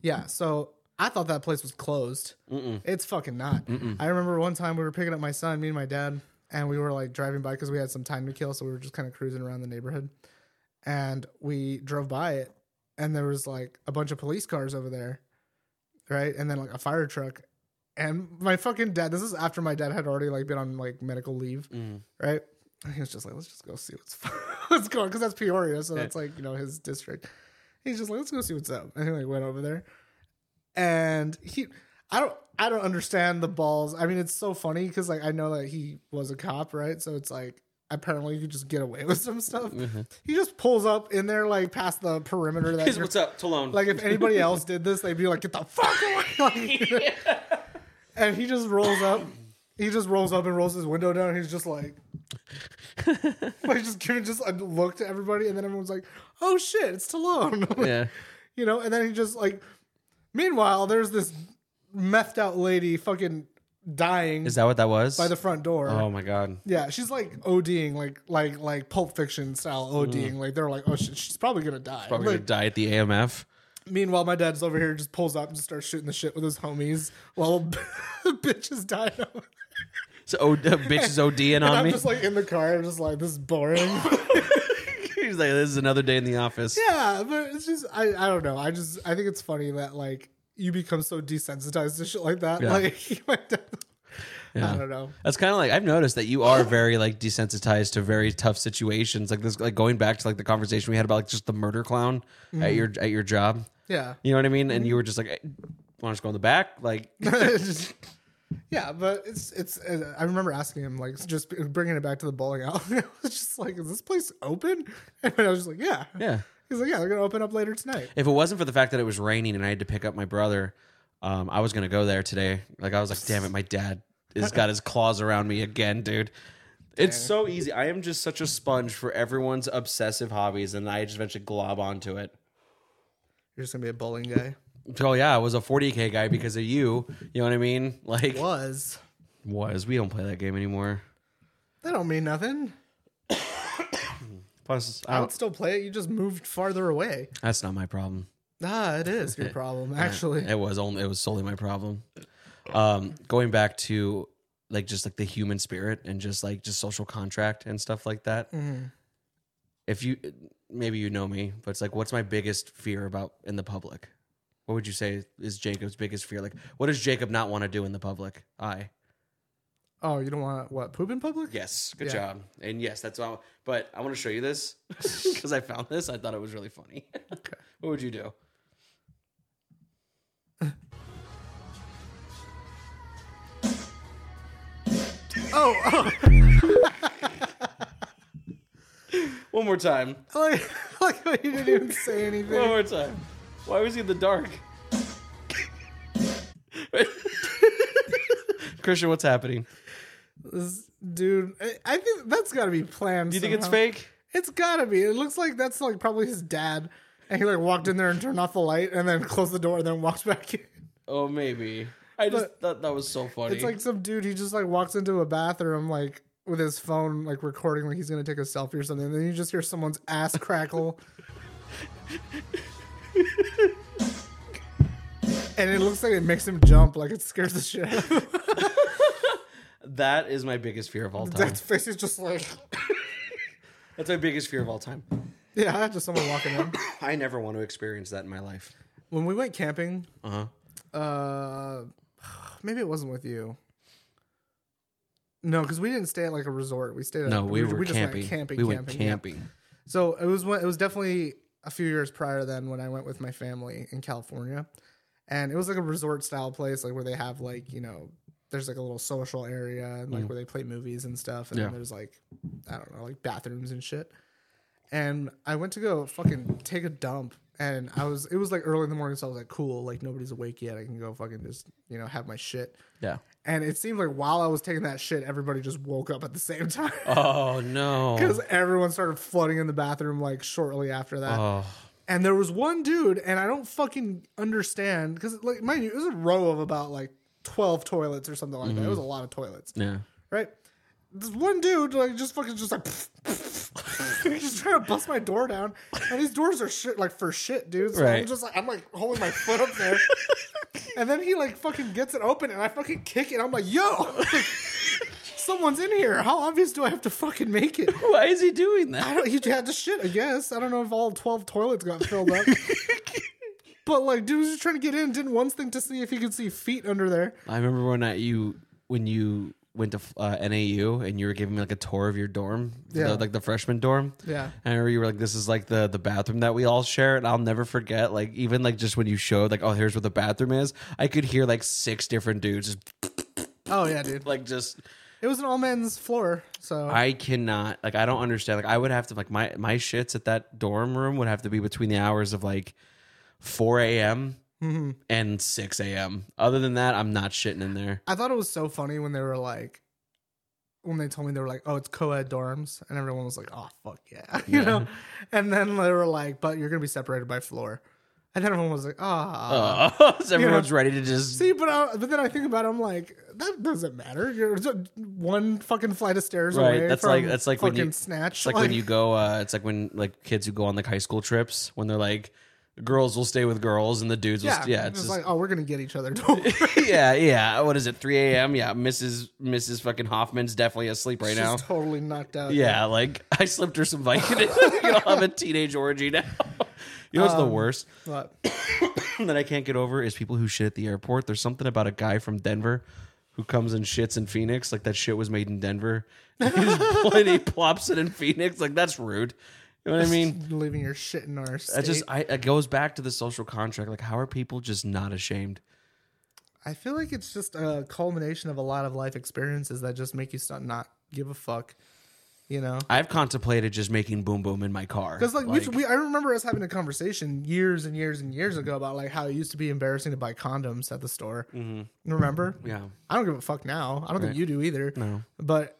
Yeah. So I thought that place was closed. It's fucking not. I remember one time we were picking up my son, me and my dad, and we were like driving by because we had some time to kill. So we were just kind of cruising around the neighborhood. And we drove by it, and there was like a bunch of police cars over there, right? And then like a fire truck. And my fucking dad, this is after my dad had already like been on like medical leave, Mm. right? And he was just like, let's just go see what's what's going because that's Peoria, so that's like you know his district. He's just like, let's go see what's up. And he like went over there, and he, I don't, I don't understand the balls. I mean, it's so funny because like I know that he was a cop, right? So it's like apparently you just get away with some stuff. He just pulls up in there like past the perimeter that Here's you're what's up, Toulon. like if anybody else did this, they'd be like, "Get the fuck away!" Like, And he just rolls up. He just rolls up and rolls his window down. he's just like, like just giving just a look to everybody, and then everyone's like, "Oh shit, it's Stallone," yeah, you know. And then he just like, meanwhile, there's this methed out lady fucking dying is that what that was? by the front door. oh my god, Yeah, she's like ODing, like like like Pulp Fiction style ODing. Like they're like, "Oh shit, she's probably gonna die." Mm. probably Like, gonna die at the AMF. Meanwhile, my dad's over here just pulls up and just starts shooting the shit with his homies while bitches is dying. over there. So oh, the bitch is ODing And on I'm me. just like in the car. I'm just like, this is boring. He's like, this is another day in the office. yeah, but it's just I I don't know. I just I think it's funny that like you become so desensitized to shit like that. Yeah. Like my dad, I don't know. That's kind of like I've noticed that you are very like desensitized to very tough situations. Like this, like going back to like the conversation we had about like just the murder clown Mm-hmm. at your at your job. Yeah, You know what I mean? Mm-hmm. And you were just like, want to just go in the back? Like, yeah, but it's it's. uh, I remember asking him like just bringing it back to the bowling alley. I was just like, is this place open? And I was just like, yeah, yeah. He's like, yeah, they're gonna open up later tonight. If it wasn't for the fact that it was raining and I had to pick up my brother, um, I was gonna go there today. Like I was like, damn it, my dad has got his claws around me again, dude. It's so easy. I am just such a sponge for everyone's obsessive hobbies, and I just eventually glob onto it. You're just gonna be a bowling guy. So yeah, I was a 40k guy because of you. You know what I mean? Like was. was we don't play that game anymore. That don't mean nothing. Plus, I I would don't, still play it. You just moved farther away. that's not my problem. Ah, it is your problem, actually. It was only it was solely my problem. Um, going back to like just like the human spirit and just like just social contract and stuff like that. If you maybe you know me, but it's like what's my biggest fear about in the public? What would you say is Jacob's biggest fear? Like what does Jacob not want to do in the public? I. Oh, you don't want what poop in public? Yes, good Yeah. job. And yes, that's all. But I want to show you this because I found this. I thought it was really funny. what would you do? Oh, oh. One more time. I like, I oh, like how you didn't even say One anything. more time. Why was he in the dark? Christian, what's happening? This- dude, I, I think that's got to be planned. Do you think it's somehow. fake? It's got to be. It looks like that's like probably his dad, and he like walked in there and turned off the light, and then closed the door, and then walked back in. Oh, maybe. I just thought that was so funny. It's like some dude. He just like walks into a bathroom like with his phone like recording like he's gonna take a selfie or something. And then you just hear someone's ass crackle. And it looks like it makes him jump, like it scares the shit out of him. that is my biggest fear of all time. Dad's That's, face is just like, my biggest fear of all time. yeah, just someone walking in. I never want to experience that in my life. When we went camping, Uh-huh. uh, maybe it wasn't with you. No, because we didn't stay at like a resort. We stayed at No, we, were just went camping. We went yeah. camping. So it was one. It was definitely a few years prior to then when I went with my family in California. And it was like a resort style place, like where they have like, you know, there's like a little social area and like where they play movies and stuff. And Yeah. then there's like, I don't know, like bathrooms and shit. And I went to go fucking take a dump. And I was, it was like early in the morning. So I was like, cool, like nobody's awake yet. I can go fucking just, you know, have my shit. Yeah. And it seemed like while I was taking that shit, everybody just woke up at the same time. Oh no. because everyone started flooding in the bathroom like shortly after that. Oh. And there was one dude, and I don't fucking understand because like mind you, it was a row of about like twelve toilets or something like that. It Mm-hmm. was a lot of toilets, Yeah. right? This one dude like just fucking just like he's just trying to bust my door down, and these doors are shit like for shit, dude. So I'm Right. just like I'm like holding my foot up there. And then he like fucking gets it open, and I fucking kick it. I'm like, "Yo, someone's in here! How obvious do I have to fucking make it?" Why is he doing I that? don't. He had to shit. I guess I don't know if all twelve toilets got filled up. but like, dude was just trying to get in. Did one's thing to see if he could see feet under there. I remember when I, you when you went to uh, NAU and you were giving me like a tour of your dorm, Yeah. the- like the freshman dorm. Yeah. I remember you were like, "This is like the the bathroom that we all share," and I'll never forget. Like even like just when you showed like, "Oh, here's where the bathroom is," I could hear like six different dudes just Oh yeah, dude. like just. It was an all men's floor, so I cannot like I don't understand. Like I would have to like my my shits at that dorm room would have to be between the hours of like four a.m. Mm-hmm. and six a.m. Other than that, I'm not shitting in there. I thought it was so funny when they were like, when they told me they were like, oh, it's co-ed dorms, and everyone was like, oh fuck yeah, you know. And then they were like, but you're gonna be separated by floor, and then everyone was like, ah. Oh, so everyone's ready to just See, but I, but then I think about it, I'm like, that doesn't matter. You're just one fucking flight of stairs Right, away. that's from like- that's like when fucking you- snatch. It's like, when you go. Uh, it's like when like kids who go on like high school trips when they're like, girls will stay with girls and the dudes. will yeah, st- yeah, it's it's just, like oh, we're gonna get each other. Don't worry. yeah, yeah. What is it? Three a.m. Yeah, Mrs. Mrs. Fucking Hoffman's definitely asleep right She's now. totally knocked out. Yeah, like I slipped her some Vicodin. You'll have a teenage orgy now. You know what's the worst but that I can't get over is people who shit at the airport. There's something about a guy from Denver who comes and shits in Phoenix. Like that shit was made in Denver. He just and he plops it in Phoenix. Like that's rude. You know what I mean? leaving your shit in our. State. That just I, it goes back to the social contract. Like, how are people just not ashamed? I feel like it's just a culmination of a lot of life experiences that just make you start not give a fuck. You know, I've contemplated just making boom boom in my car. Because like, we, we, I remember us having a conversation years and years and years ago about like how it used to be embarrassing to buy condoms at the store. Mm-hmm. Remember? Yeah. I don't give a fuck now. I don't think you do either. No. But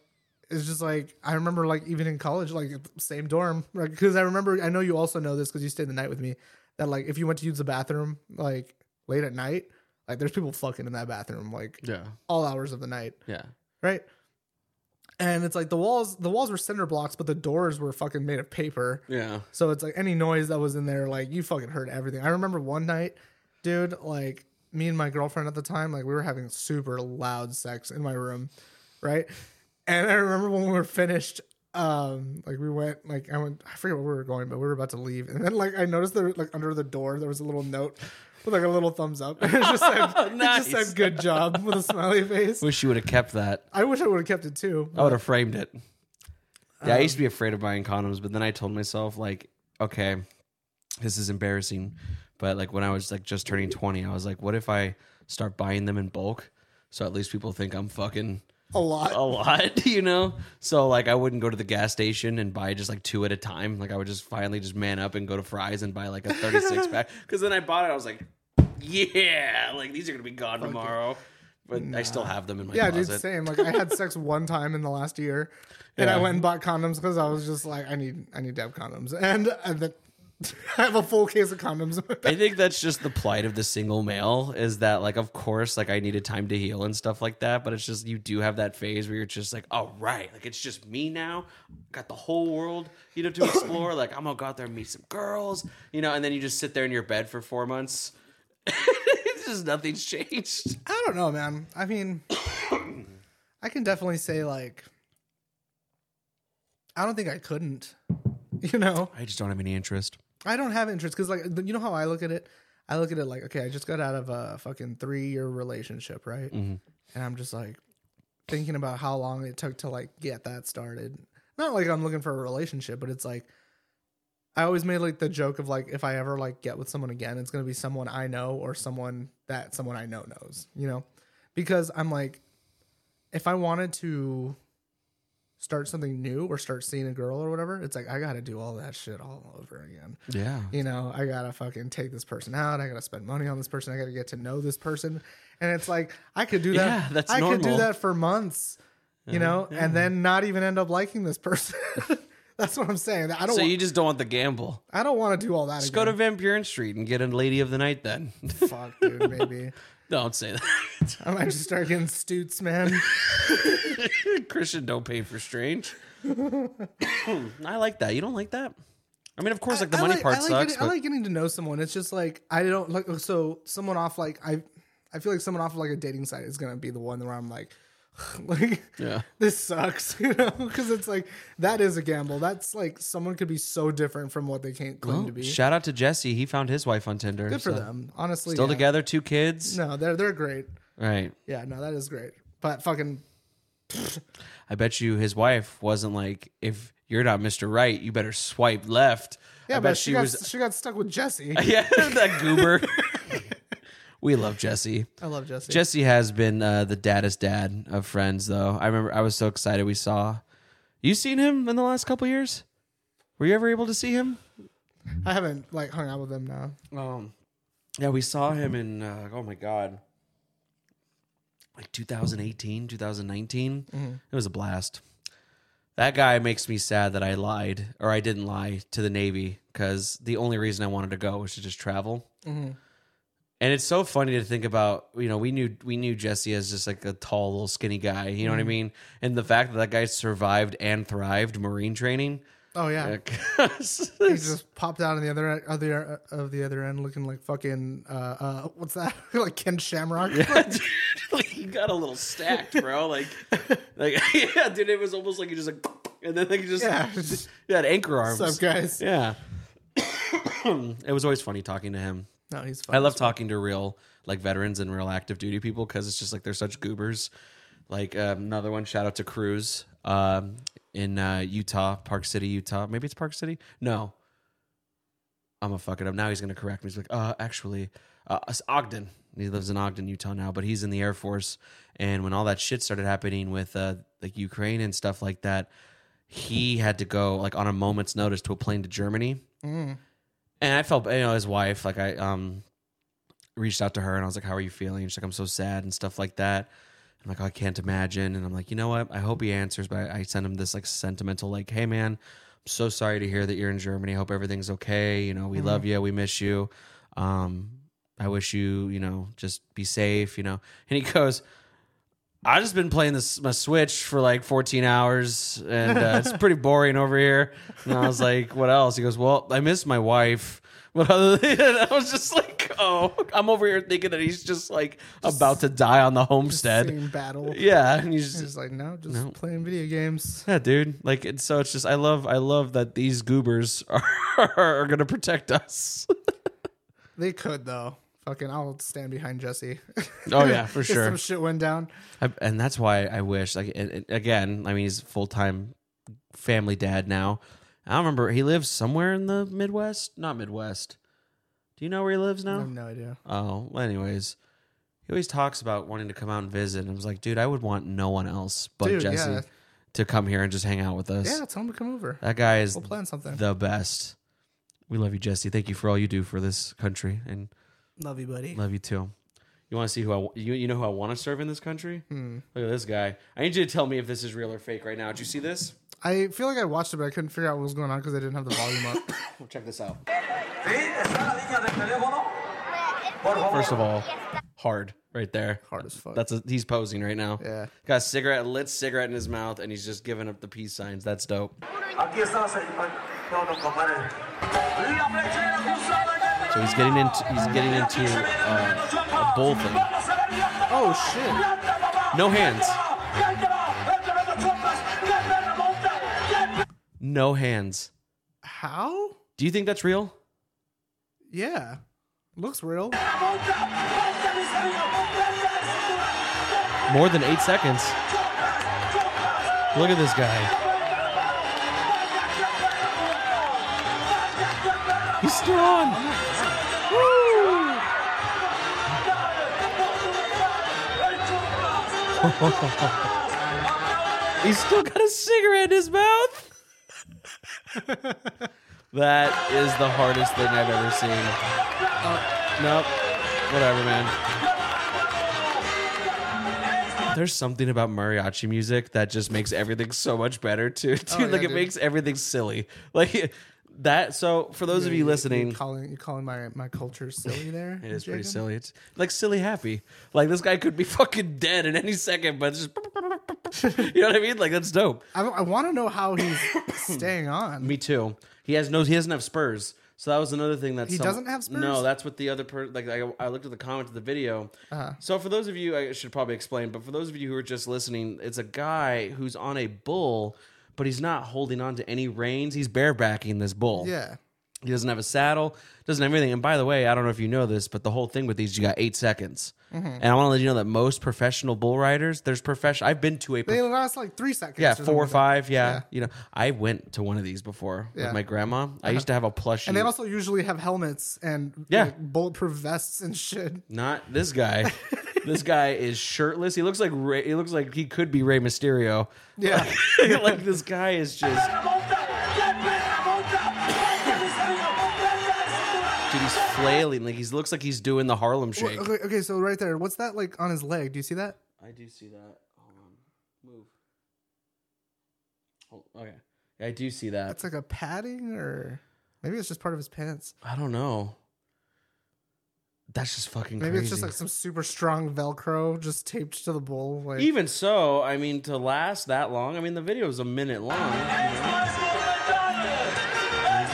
it's just like I remember like even in college, like same dorm, like because I remember I know you also know this because you stayed the night with me. That like if you went to use the bathroom like late at night, like there's people fucking in that bathroom like yeah, all hours of the night yeah, right? And it's like the walls the walls were cinder blocks, but the doors were fucking made of paper. yeah. So it's like any noise that was in there, like you fucking heard everything. I remember one night, dude, like me and my girlfriend at the time, like we were having super loud sex in my room, right? And I remember when we were finished, um, like we went, like I went, I forget where we were going, but we were about to leave, and then like I noticed there, like under the door, there was a little note with like a little thumbs up. it just said, it just Nice. said, "Good job" with a smiley face. Wish you would have kept that. I wish I would have kept it too. I would have framed it. Yeah, I used to be afraid of buying condoms, but then I told myself like, okay, this is embarrassing. But like when I was like just turning twenty, I was like, what if I start buying them in bulk? So at least people think I'm fucking a lot. a lot, you know? So like I wouldn't go to the gas station and buy just like two at a time. Like I would just finally just man up and go to Fry's and buy like a 36 pack. Cause then I bought it, I was like, yeah, like these are gonna be gone tomorrow. But I still have them in my yeah, closet. dude, same. Like I had sex one time in the last year, and I Yeah. went and bought condoms because I was just like, I need, I need to have condoms, and, and the, I have a full case of condoms. I think that's just the plight of the single male is that like of course like I needed time to heal and stuff like that, but it's just you do have that phase where you're just like, all right, like it's just me now. Got the whole world, you know, to explore. like I'm gonna go out there and meet some girls, you know, and then you just sit there in your bed for four months. it's just nothing's changed. I don't know, man. I mean, I can definitely say like, I don't think I couldn't. You know, I just don't have any interest. I don't have interest because like you know how I look at it. I look at it like, okay, I just got out of a fucking three year relationship, right? And I'm just like thinking about how long it took to like get that started. Not like I'm looking for a relationship, but it's like I always made like the joke of like if I ever like get with someone again, it's gonna be someone I know or someone that someone I know knows, you know? Because I'm like, if I wanted to start something new or start seeing a girl or whatever, it's like I gotta do all that shit all over again. Yeah. You know, I gotta fucking take this person out. I gotta spend money on this person. I gotta get to know this person. And it's like I could do that. Yeah, that's I could do normal. that for months, you know, and then not even end up liking this person. that's what I'm saying. I don't. So wa- you just don't want the gamble. I don't want to do all that. Just again. go to Van Buren Street and get a lady of the night then. Fuck, dude, maybe. don't say that. I might just start getting stoots, man. Christian, don't pay for strange. I like that. You don't like that? I mean, of course, like the I money like, part I like sucks. Getting, but I like getting to know someone. It's just like I don't like so someone off like I I feel like someone off like a dating site is gonna be the one where I'm like like Yeah. this sucks, you know, because it's like that is a gamble. That's like someone could be so different from what they can't claim Oh, to be. shout out to Jesse. He found his wife on Tinder. Good for so- them, honestly. Still yeah. together, two kids. No, they're they're great. Right. Yeah, no, that is great. But fucking I bet you his wife wasn't like, if you're not Mr. Right, you better swipe left. yeah, I but bet she, she got, was. she got stuck with Jesse. Yeah, that goober. we love Jesse. I love Jesse. Jesse has been uh, the daddest dad of friends, though. I remember I was so excited we saw. You seen him in the last couple years? Were you ever able to see him? I haven't like hung out with them now. Um, yeah, we saw him in uh, oh my god, like 2018, 2019. It was a blast. That guy makes me sad that I lied or I didn't lie to the Navy because the only reason I wanted to go was to just travel. And it's so funny to think about. You know, we knew we knew Jesse as just like a tall, little, skinny guy. You know what I mean? And the fact that that guy survived and thrived Marine training. Oh yeah. He just popped out on the other end, other uh, of the other end, looking like fucking uh, uh, what's that? like Ken Shamrock. like he got a little stacked, bro. Like, like yeah, dude. It was almost like he just like, and then like just Yeah. yeah, had anchor arms. What's up, guys? Yeah, it was always funny talking to him. No, he's fine. I love talking to real like veterans and real active duty people because it's just like they're such goobers. Like um, another one, shout out to Cruz um, in uh, Utah, Park City, Utah. Maybe it's Park City. No, I'm gonna fuck it up. Now he's gonna correct me. He's like, uh, actually, uh, it's Ogden. He lives in Ogden, Utah now, but he's in the Air Force. And when all that shit started happening with uh, like Ukraine and stuff like that, he had to go like on a moment's notice to a plane to Germany. And I felt, you know, his wife, like I um reached out to her and I was like, "How are you feeling?" And she's like, "I'm so sad" and stuff like that. I'm like, "Oh, "I can't imagine." And I'm like, "You know what? I hope he answers." But I, I sent him this like sentimental, like, "Hey, man, I'm so sorry to hear that you're in Germany. I hope everything's okay. You know, we love you. We miss you. Um, I wish you, you know, just be safe. You know." And he goes. I just been playing this my Switch for like 14 hours, and uh, it's pretty boring over here. And I was like, "What else?" He goes, "Well, I miss my wife." But other than that, I was just like, "Oh, I'm over here thinking that he's just like about to die on the homestead." Same battle. Yeah, and he's He's just just like no, just playing video games. yeah, dude. Like, and so it's just I love I love that these goobers are are gonna protect us. They could though. Fucking, I'll stand behind Jesse. Oh yeah, for If sure. Some shit went down. I, and that's why I wish, like, and- and again, I mean, he's full time family dad now. I don't remember he lives somewhere in the Midwest, not Midwest. Do you know where he lives I now? have no idea. Oh, well, anyways, he always talks about wanting to come out and visit. And I was like, dude, I would want no one else but Dude, Jesse yeah. to come here and just hang out with us. Yeah, tell him to come over. That guy is We'll plan something. the best. We love you, Jesse. Thank you for all you do for this country, and Love you, buddy. Love you too. You want to see who I wa- you you know who I want to serve in this country? Hmm. Look at this guy. I need you to tell me if this is real or fake right now. Did you see this? I feel like I watched it, but I couldn't figure out what was going on because I didn't have the volume up. Well, check this out. First First of all, hard right there. Hard as fuck. That's a, he's posing right now. Yeah. Got a cigarette, lit cigarette in his mouth, and he's just giving up the peace signs. That's dope. So he's getting into he's getting into uh, a bull thing. oh shit! No hands. No hands. How? Do you think that's real? Yeah, looks real. More than eight seconds. Look at this guy. still on. Woo! He's still got a cigarette in his mouth. that is the hardest thing I've ever seen. Uh, nope. Whatever, man. There's something about mariachi music that just makes everything so much better, too. Dude, Oh, yeah, like it dude. makes everything silly. Like that. So, for those of you listening, You calling you calling my my culture silly there? it is pretty Jacob? silly. It's like silly happy. Like this guy could be fucking dead in any second, but it's just you know what I mean. Like that's dope. I, I want to know how he's staying on. Me too. He has no. He doesn't have spurs. So that was another thing that He doesn't have spurs? No, that's what the other person. Like I, I looked at the comments of the video. Uh-huh. So for those of you, I should probably explain. But for those of you who are just listening, it's a guy who's on a bull, but he's not holding on to any reins. He's barebacking this bull. Yeah. He doesn't have a saddle, doesn't have anything. And by the way, I don't know if you know this, but the whole thing with these, you got eight seconds. Mm-hmm. And I want to let you know that most professional bull riders, there's professional. I've been to a They prof- last like three seconds. yeah something four or like that. five yeah. Yeah. You know, I went to one of these before Yeah. Uh-huh. with my grandma. I used to have a plushie. And they also usually have helmets and Yeah. like, bulletproof vests and shit. Not this guy. this guy is shirtless. He looks like Ray, he looks like he could be Ray Mysterio. Yeah. like this guy is just. Dude, he's flailing like he looks like he's doing the Harlem Shake. okay, okay, so right there, what's that like on his leg? Do you see that? I do see that. Hold on. Move. Hold, okay. I do see that. That's like a padding, or maybe it's just part of his pants. I don't know. That's just fucking Maybe crazy. it's just like some super strong Velcro just taped to the bull. Like, Even so, I mean, to last that long, I mean, the video is a minute long. you know? And he just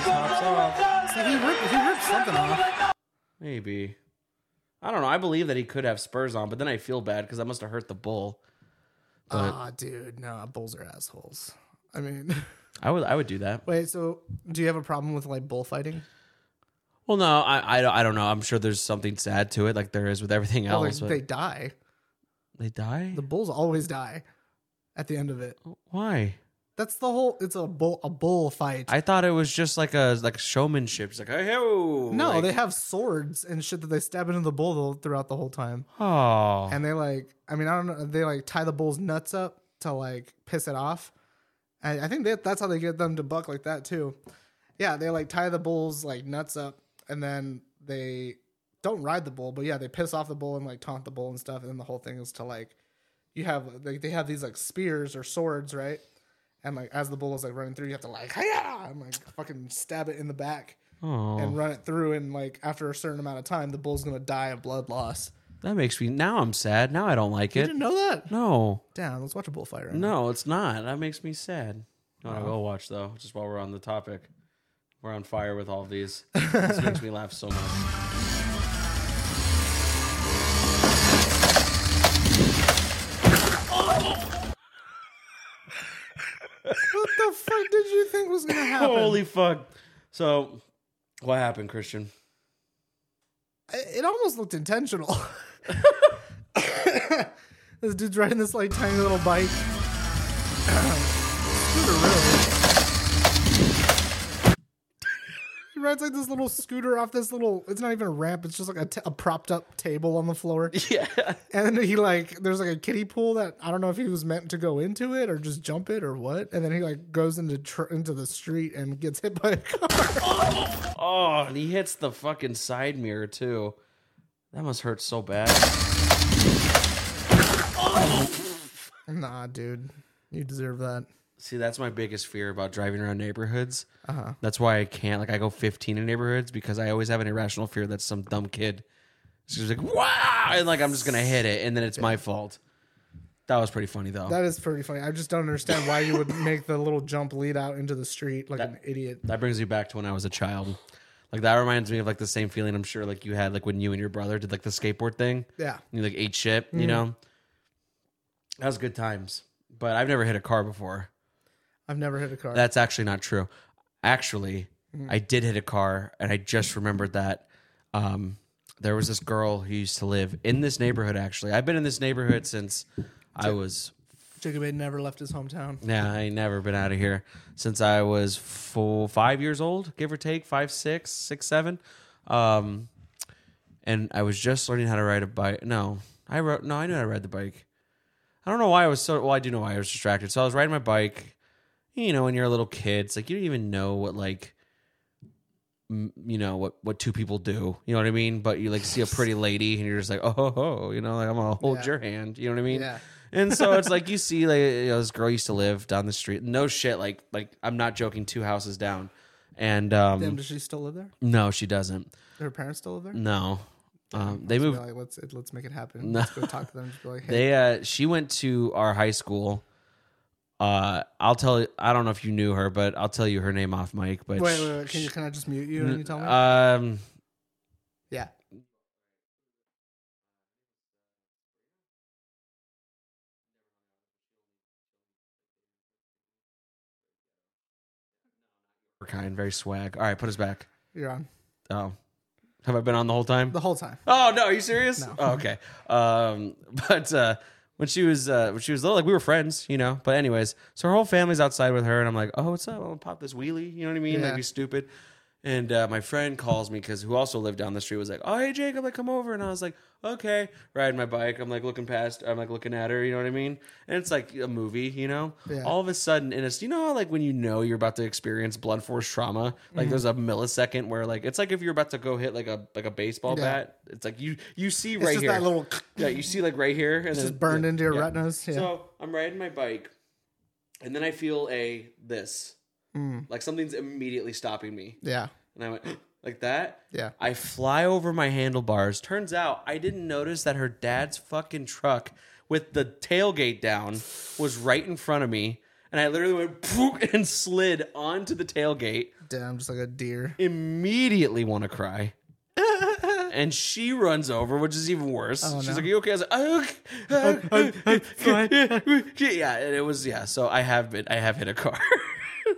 hops off. So he ripped, he ripped something off. Maybe. I don't know. I believe that he could have spurs on, but then I feel bad because I must have hurt the bull. But Ah, dude, no, bulls are assholes. I mean, I would, I would do that. wait, so do you have a problem with like bullfighting? Well, no, I, I, don't- I don't know. I'm sure there's something sad to it, like there is with everything Well, like, else. but they die. they die. The bulls always die at the end of it. Why? That's the whole. It's a bull a bull fight. I thought it was just like a like showmanship. It's like, hey, ho. no, like, they have swords and shit that they stab into the bull the- throughout the whole time. oh, and they like i mean i don't know they like tie the bull's nuts up to like piss it off and i think that that's how they get them to buck like that too yeah they like tie the bull's like nuts up and then they don't ride the bull but yeah they piss off the bull and like taunt the bull and stuff and then the whole thing is to like you have like they have these like spears or swords right and like as the bull is like running through you have to like yeah and like fucking stab it in the back oh, and run it through and like after a certain amount of time the bull's gonna die of blood loss that makes me now. I'm sad. Now I don't like you it. didn't know that No, Damn, let's watch a bullfight right now. no, it's not. That makes me sad. No, I will watch though. Just while we're on the topic, we're on fire with all of these. this makes me laugh so much. What the fuck did you think was gonna happen? Holy fuck! So, what happened, Christian? I- It almost looked intentional. this dude's riding this like tiny little bike. scooter, really. He rides like this little scooter off this little. It's not even a ramp. It's just like a, t- a propped up table on the floor. Yeah, And then he like there's like a kiddie pool that I don't know if he was meant to go into it or just jump it or what. And then he like goes into tr- into the street and gets hit by a car. Oh, and he hits the fucking side mirror too. That must hurt so bad. nah, dude, you deserve that. See, that's my biggest fear about driving around neighborhoods. That's why I can't. Like, I go 15 in neighborhoods because I always have an irrational fear that some dumb kid is just like, wow, and like I'm just gonna hit it, and then it's my fault. That was pretty funny though. That, That is pretty funny. I just don't understand why you would make the little jump lead out into the street like an idiot. brings me back to when I was a child. Like that reminds me of like the same feeling I'm sure like you had like when you and your brother did like the skateboard thing. Yeah. And you like ate shit, you know. That was good times, but I've never hit a car before. I've never hit a car. That's actually not true. Actually, I did hit a car, and I just remembered that um, there was this girl who used to live in this neighborhood. Actually, I've been in this neighborhood since I was Jacob had never left his hometown. Yeah, I ain't never been out of here since I was full five years old, give or take five, six, six, seven. Um, and I was just learning how to ride a bike. No, I wrote. No, I knew how to ride the bike. I don't know why I was so. Well, I do know why I was distracted. So I was riding my bike. You know, when you're a little kid, it's like you don't even know what like. m- You know what what two people do. You know what I mean. But you like see a pretty lady, and you're just like, oh, ho, ho," you know, like I'm gonna hold Yeah. your hand. You know what I mean. Yeah. And so it's like you see, like you know, this girl used to live down the street. No shit, like like I'm not joking. Two houses down, and um, Damn, does she still live there? no, she doesn't. Do her parents still live there? No, um, they Just be moved. Like, let's it- let's make it happen. Let's go talk to them. Just be like, hey, They uh, she went to our high school. Uh, I'll tell. I don't know if you knew her, but I'll tell you her name off mic. But wait, she- wait, wait, can you can I just mute you Mm, and you tell me? um, yeah. her kind, very swag. All right, put us back. You're on Oh, have I been on the whole time? the whole time. Oh no, are you serious? Oh, okay. Um, but uh, when she was uh, when she was little, like we were friends, you know. But anyways, so her whole family's outside with her, and I'm like, oh, what's up? I'm gonna pop this wheelie. You know what I mean? Yeah. Like be stupid. And uh, my friend calls me because who also lived down the street was like, oh hey Jacob, like come over, and I was like, okay, riding my bike. I'm like looking past, I'm like looking at her. You know what I mean? And it's like a movie, you know. Yeah. All of a sudden, and it's you know how, like when you know you're about to experience blood force trauma, like Mm-hmm. there's a millisecond where like it's like if you're about to go hit like a like a baseball Yeah. bat it's like you you see It's right just here. that little yeah, you see like right here, and it's just burned into your retinas. Yeah. So I'm riding my bike, and then I feel a this, Mm. like something's immediately stopping me, yeah. and I went like that. Yeah. I fly over my handlebars. Turns out I didn't notice that her dad's fucking truck with the tailgate down was right in front of me. And I literally went poof, and slid onto the tailgate Damn, just like a deer. immediately want to cry. and she runs over, which is even worse. Oh, She's no. oh, like, "You okay?" I was like, "Oh, I'm- I'm fine." yeah, and it was yeah. So I have been, I have hit a car.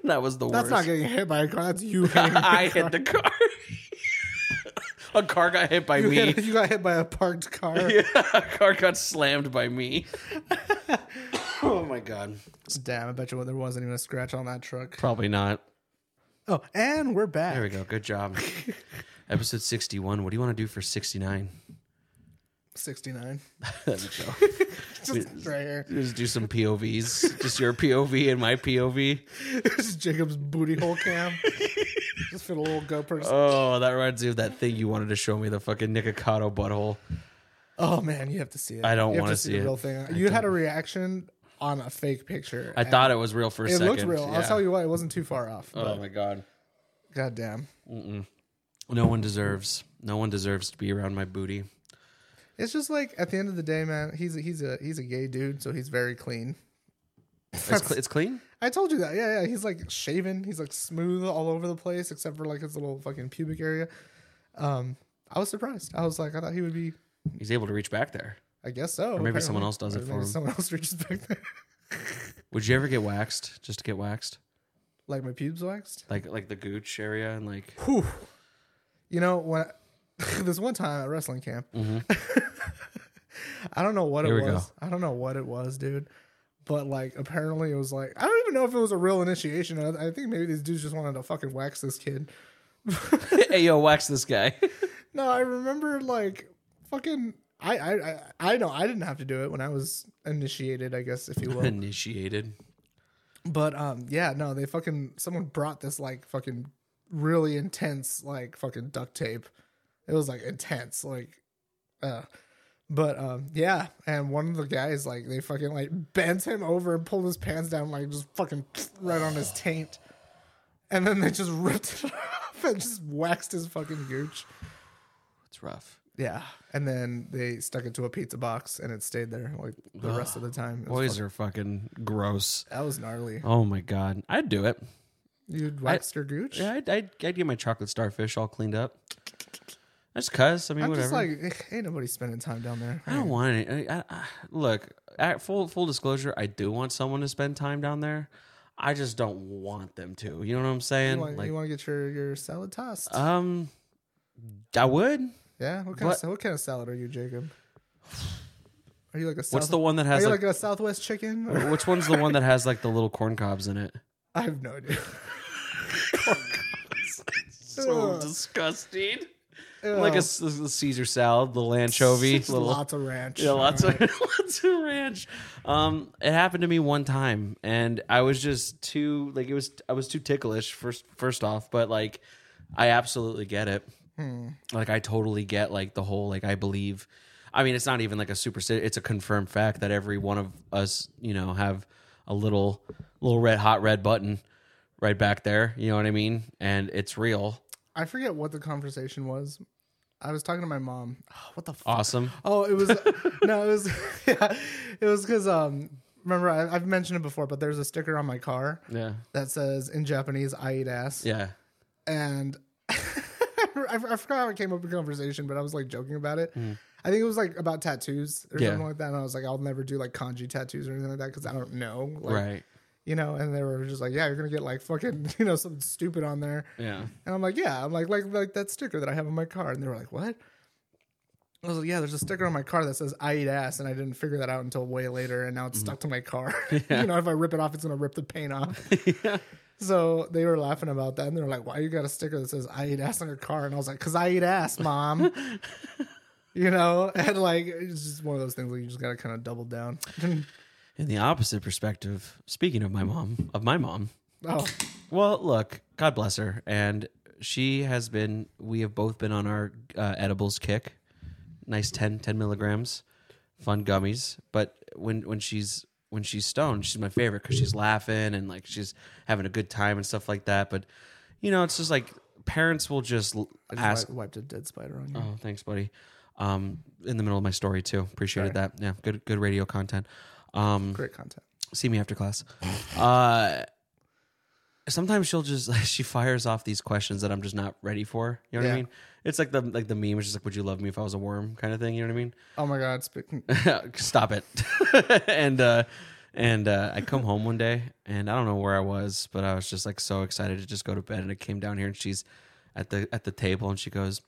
that was the worst. That's not getting hit by a car. That's you. hitting a I car. hit the car. a car got hit by You, me. hit- you got hit by a parked car. a car got slammed by me. oh my god! Damn, I bet you there wasn't even a scratch on that truck. Probably not. Oh, and we're back. There we go. Good job. Episode sixty-one. What do you want to do for sixty-nine? 69. Doesn't show. Just right here. Just do some POVs. Just your POV and my POV. This is Jacob's booty hole cam. just fit a little GoPro. Just- Oh, that reminds me of that thing you wanted to show me, the fucking Nikocado butthole. oh man, you have to see it. I don't You have wanna see the it. real thing. you had a reaction on a fake picture. I and thought it was real for a it second. looked real. I'll Yeah. tell you what, it wasn't too far off. Oh my god. God damn. No one deserves. No one deserves to be around my booty. It's just like at the end of the day, man. He's a, he's a he's a gay dude, so he's very clean. It's, cl- it's clean. I told you that. Yeah, yeah. He's like shaven. He's like smooth all over the place, except for like his little fucking pubic area. Um, I was surprised. I was like, I thought he would be. He's able to reach back there. I guess so. Or maybe someone else does it for maybe him. Someone else reaches back there, Would you ever get waxed? Just to get waxed, like my pubes waxed. like like the gooch area and like. Whew. You know when this one time at wrestling camp, I don't know what Mm-hmm. Here it we go. was. I don't know what it was, dude. But like, apparently, it was like I don't even know if it was a real initiation. I, I think maybe these dudes just wanted to fucking wax this kid. hey yo, wax this guy. No, I remember like fucking. I I I, I know I didn't have to do it when I was initiated, I guess if you will. Initiated. But um, yeah, no, they fucking someone brought this like fucking really intense like fucking duct tape. It was like intense, like, uh, but um, yeah, and one of the guys like they fucking like bent him over and pulled his pants down, like just fucking right on his taint, and then they just ripped it off and just waxed his fucking gooch. It's rough. Yeah, and then they stuck it to a pizza box and it stayed there like the rest of the time. It was Boys are fucking gross. fuck- that was gnarly. Oh my god, I'd do it. You'd waxed your gooch. Yeah, I'd, I'd, I'd get my chocolate starfish all cleaned up. That's cuz. I mean, I'm whatever. just like, eh, ain't nobody spending time down there. I don't want any. I, I, I, look, at full full disclosure, I do want someone to spend time down there. I just don't want them to. You know what I'm saying? You want, like, you want to get your, your salad tossed? um, I would. yeah. What kind, of, what- sa- what kind of salad are you, Jacob? Are you like a South, the one that has, Are you like- like, a Southwest chicken? Or- Which one's the one that has like the little corn cobs in it? I have no idea. So Ugh. disgusting. Like a, Ugh. s- a Caesar salad, little anchovy, Just little lots of ranch. Yeah, lots Alright. of lots of ranch. Um, it happened to me one time, and I was just too like it was. I was too ticklish first first off, but like I absolutely get it. Like I totally get like the whole like I believe. I mean, it's not even like a superstition. It's a confirmed fact that every one of us, you know, have a little little red hot red button right back there. You know what I mean? And it's real. I forget what the conversation was. I was talking to my mom. Oh, what the fuck? Awesome. Oh, it was no, it was yeah, it was because um, remember I, I've mentioned it before, but there's a sticker on my car Yeah. that says in Japanese "I eat ass," Yeah. and I, I forgot how it came up in conversation, but I was like joking about it. I think it was like about tattoos or Mm. Yeah. something like that, and I was like, I'll never do like kanji tattoos or anything like that because I don't know, like, right. You know, and they were just like, "Yeah, you're gonna get like fucking you know something stupid on there." Yeah. And I'm like, yeah, I'm like, like, like that sticker that I have on my car. And they were like, what? I was like, yeah, there's a sticker on my car that says I eat ass, and I didn't figure that out until way later, and now it's stuck to my car. you know, if I rip it off, it's gonna rip the paint off. So they were laughing about that, and they were like, why you got a sticker that says I eat ass on your car? And I was like, cause I eat ass, mom. you know, and like it's just one of those things that you just gotta kind of double down. In the opposite perspective, speaking of my mom, of my mom, oh, well, look, God bless her. And she has been, we have both been on our uh, edibles kick. Nice 10, 10 milligrams, fun gummies. But when, when she's, when she's stoned, she's my favorite because she's laughing and like she's having a good time and stuff like that. But, you know, it's just like parents will just, l I just ask, wi- wiped a dead spider on you. Oh, thanks, buddy. Um, in the middle of my story too. Appreciated that. Yeah, good, good radio content. Um, Great content. see me after class. Uh, sometimes she'll just she fires off these questions that I'm just not ready for. You know what I Yeah. mean? It's like the like the meme, which is like, "Would you love me if I was a worm?" kind of thing. You know what I mean? Oh my god, speaking. stop it and uh and uh i come home one day and i don't know where i was but i was just like so excited to just go to bed and i came down here and she's at the at the table and she goes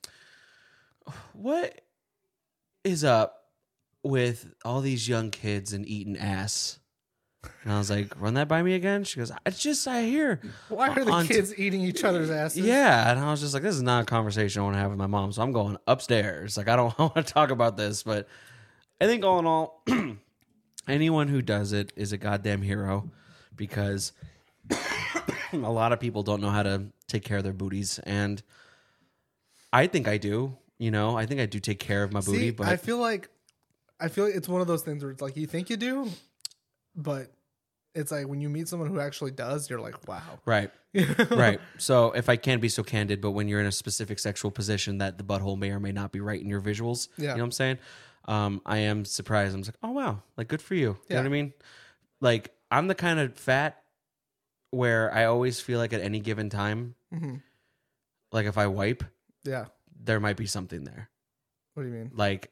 what is up with all these young kids and eating ass and i was like run that by me again she goes it's just i hear Why are the on- kids eating each other's asses? yeah, and I was just like, this is not a conversation I want to have with my mom, so I'm going upstairs. Like, I don't want to talk about this, but I think all in all, anyone who does it is a goddamn hero because a lot of people don't know how to take care of their booties, and I think I do. You know, I think I do take care of my booty, See, but I feel like I feel like it's one of those things where it's like you think you do, but it's like when you meet someone who actually does, you're like, wow. right. right. So if I can be so candid, but when you're in a specific sexual position that the butthole may or may not be right in your visuals, you Yeah. know what I'm saying? Um, I am surprised. I'm just like, oh wow, like good for you. You know Yeah. what I mean? Like I'm the kind of fat where I always feel like at any given time, Mhm. like if I wipe, Yeah. there might be something there. What do you mean? Like,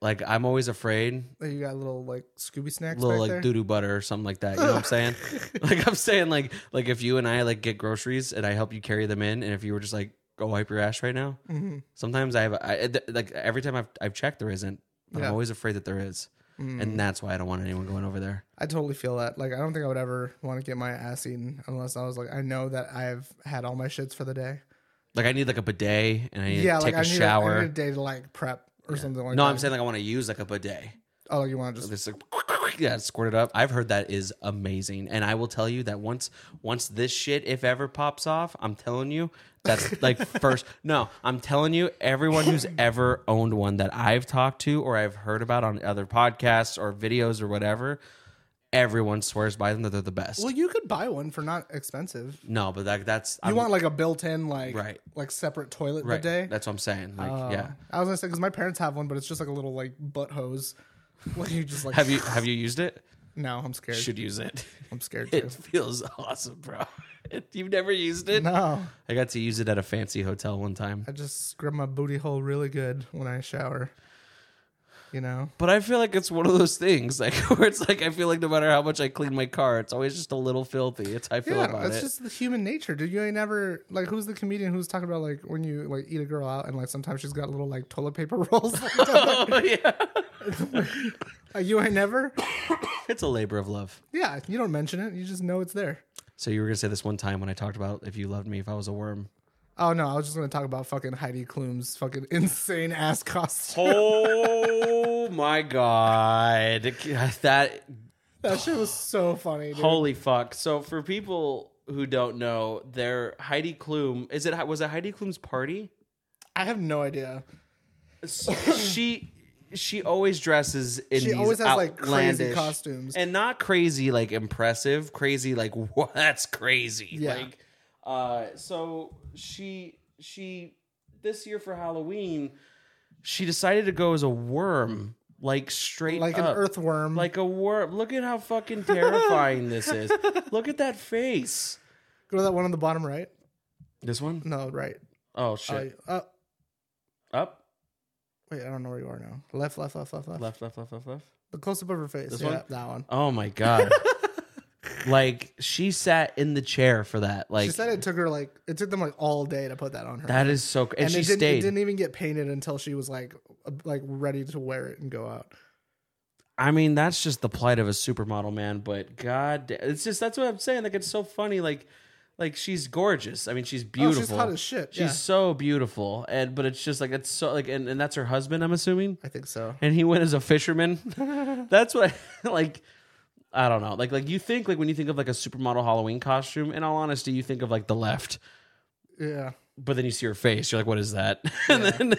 like I'm always afraid Like you got little like Scooby snacks little back like there. doo doo butter or something like that. You know what I'm saying? like I'm saying like like if you and I like get groceries and I help you carry them in, and if you were just like go wipe your ass right now, Mhm. sometimes I have I, th- like every time I've I've checked there isn't, but Yeah. Mm. I'm always afraid that there is, and that's why I don't want anyone going over there. I totally feel that. Like I don't think I would ever want to get my ass eaten unless I was like, I know that I've had all my shits for the day. Like I need like a bidet and I need yeah, to take like I a need, a- I shower. need a day to like prep or something like no, that. I'm saying like I want to use like a bidet. Oh, like you want to just This like, yeah, squirt it up. I've heard that is amazing, and I will tell you that once once this shit, if ever, pops off, I'm telling you, that's like first. No, I'm telling you, everyone who's ever owned one that I've talked to or I've heard about on other podcasts or videos or whatever, everyone swears by them that they're the best. Well, you could buy one for not expensive. You no, but that, that's I'm- want like a built in like Right. like separate toilet right. bidet. That's what I'm saying. Like, Uh, yeah. I was gonna say because my parents have one, but it's just like a little like butt hose. Like you just like Have you have you used it? No, I'm scared. Should use it. I'm scared too. It feels awesome, bro. You've never used it? No, I got to use it at a fancy hotel one time. I just scrub my booty hole really good when I shower. You know, But I feel like it's one of those things, like where it's like I feel like no matter how much I clean my car, it's always just a little filthy. It's how I feel yeah, about it's it. just the human nature, dude. You ain't never like who's the comedian who's talking about like when you like eat a girl out and like sometimes she's got little like toilet paper rolls. oh yeah, Uh, you ain't never. It's a labor of love. Yeah, you don't mention it. You just know it's there. So you were gonna say this one time when I talked about if you loved me, if I was a worm. Oh no, I was just gonna talk about fucking Heidi Klum's fucking insane ass costume. Oh my god, that That shit was so funny. Dude. holy fuck! So for people who don't know, their Heidi Klum is it was it Heidi Klum's party? I have no idea. she she always dresses in She these always has, like, crazy outlandish- costumes. and not crazy like impressive crazy like whoa, that's crazy Yeah. like uh so she she this year for halloween she decided to go as a worm like straight Like an up. earthworm. uh, like a worm look at how fucking terrifying this is look at that face go to that one on the bottom right. this one No, right. oh Uh, shit uh, up wait, I don't know where you are now. Left, left, left, left, left. left left left left left The close up of her face. This yeah, one? that one. Oh my god. like she sat in the chair for that. Like She said it took her like it took them like all day to put that on her. that is so and, and she it didn't, stayed. It didn't even get painted until she was like uh, like ready to wear it and go out. I mean, that's just the plight of a supermodel man, but god da- it's just that's what I'm saying. Like it's so funny like like she's gorgeous. I mean, she's Oh, beautiful. she's hot as shit. She's yeah. so beautiful. And but it's just like it's so like and, and that's her husband, I'm assuming. I think so. and he went as a fisherman. That's what like I don't know. Like like you think like when you think of like a supermodel Halloween costume, in all honesty, you think of like the left. Yeah. But then you see her face, you're like, what is that? and then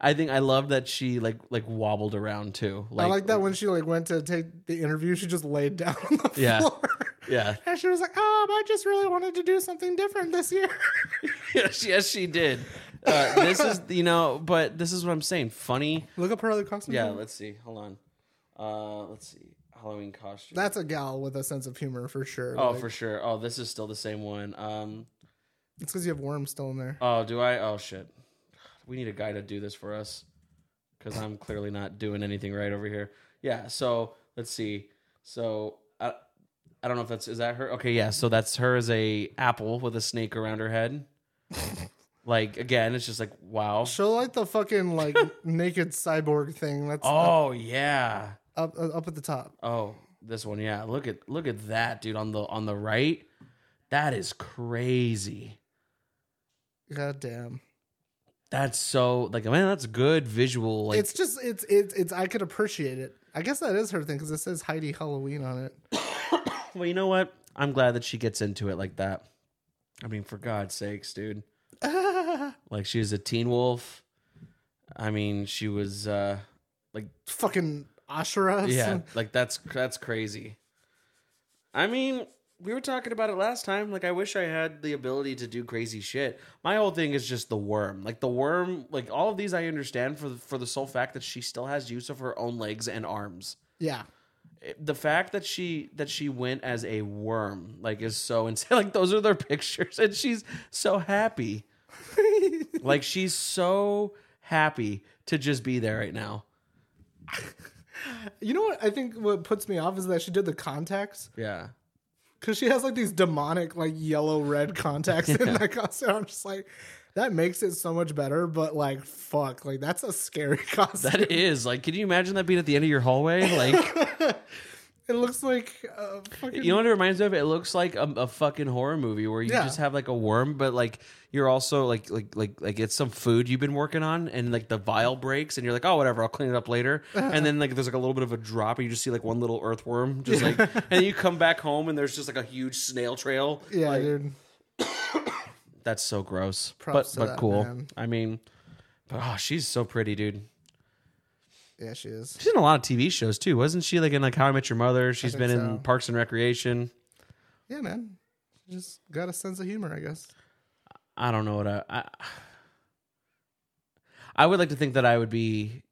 I think I love that she like like wobbled around too. Like, I like that when she like went to take the interview, she just laid down on the Yeah. floor. Yeah. And she was like, "Um, I just really wanted to do something different this year." yes, yes, she did. Uh, this is you know, but this is what I'm saying. Funny. Look up her other costume. Yeah, let's see. Hold on. Uh let's see. Halloween costume. that's a gal with a sense of humor for sure. Oh, Like, for sure. Oh, this is still the same one. Um it's because you have worms still in there. Oh, do I? Oh shit. We need a guy to do this for us because I'm clearly not doing anything right over here. Yeah. So let's see. So I, I don't know if that's is that her. Okay. Yeah. So that's her as a apple with a snake around her head. like again, it's just like wow. Show like the fucking like naked cyborg thing. That's Oh yeah. up, up up at the top. Oh, this one. Yeah. Look at look at that dude on the on the right. That is crazy. God damn. That's so like man. That's good visual. Like it's just it's it's it's I could appreciate it. I guess that is her thing because it says Heidi Halloween on it. Well, you know what? I'm glad that she gets into it like that. I mean, for God's sakes, dude. like she was a teen wolf. I mean, she was uh like Fucking Ashura. yeah, like that's that's crazy. I mean, we were talking about it last time. Like I wish I had the ability to do crazy shit. My whole thing is just the worm. Like the worm, like all of these I understand for the, for the sole fact that she still has use of her own legs and arms yeah. the fact that she that she went as a worm like is so insane like those are their pictures and she's so happy like she's so happy to just be there right now You know what I think what puts me off is that she did the contacts yeah because she has like these demonic like yellow red contacts in that costume. I'm just like that makes it so much better, but like fuck, like that's a scary costume. that is like can you imagine that being at the end of your hallway like it looks like uh, fucking you know what it reminds me of it looks like a, a fucking horror movie where you Yeah. just have like a worm but like you're also like like like like it's some food you've been working on and like the vial breaks and you're like oh whatever i'll clean it up later and then like there's like a little bit of a drop and you just see like one little earthworm just like and then you come back home and there's just like a huge snail trail yeah, Like, dude. that's so gross Props to but but that cool man. i mean but oh she's so pretty dude Yeah, she is. she's in a lot of tv shows too wasn't she like in like how i met your mother She's think been so. in parks and recreation Yeah, man. She just got a sense of humor, I guess. I don't know what I, I. I would like to think that I would be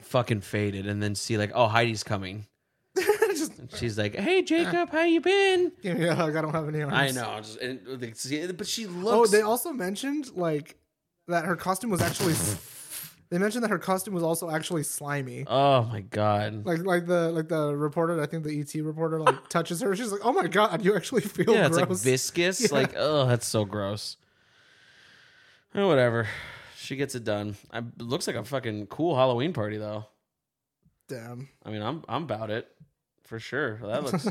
fucking faded, and then see like, oh, Heidi's coming. just She's like, hey, Jacob, how you been? give me a hug. I don't have any arms. I know, just, and, like, see, but she Oh, looks. they also mentioned like that her costume was actually. they mentioned that her costume was also actually slimy. oh my god. Like like the like the reporter, I think the ET reporter like touches her. She's like, "Oh my god, you actually feel yeah, it's gross." like viscous. Like, oh, that's so gross. Oh, whatever. She gets it done. I, it looks like a fucking cool Halloween party, though. Damn. I mean, I'm I'm about it for sure. That looks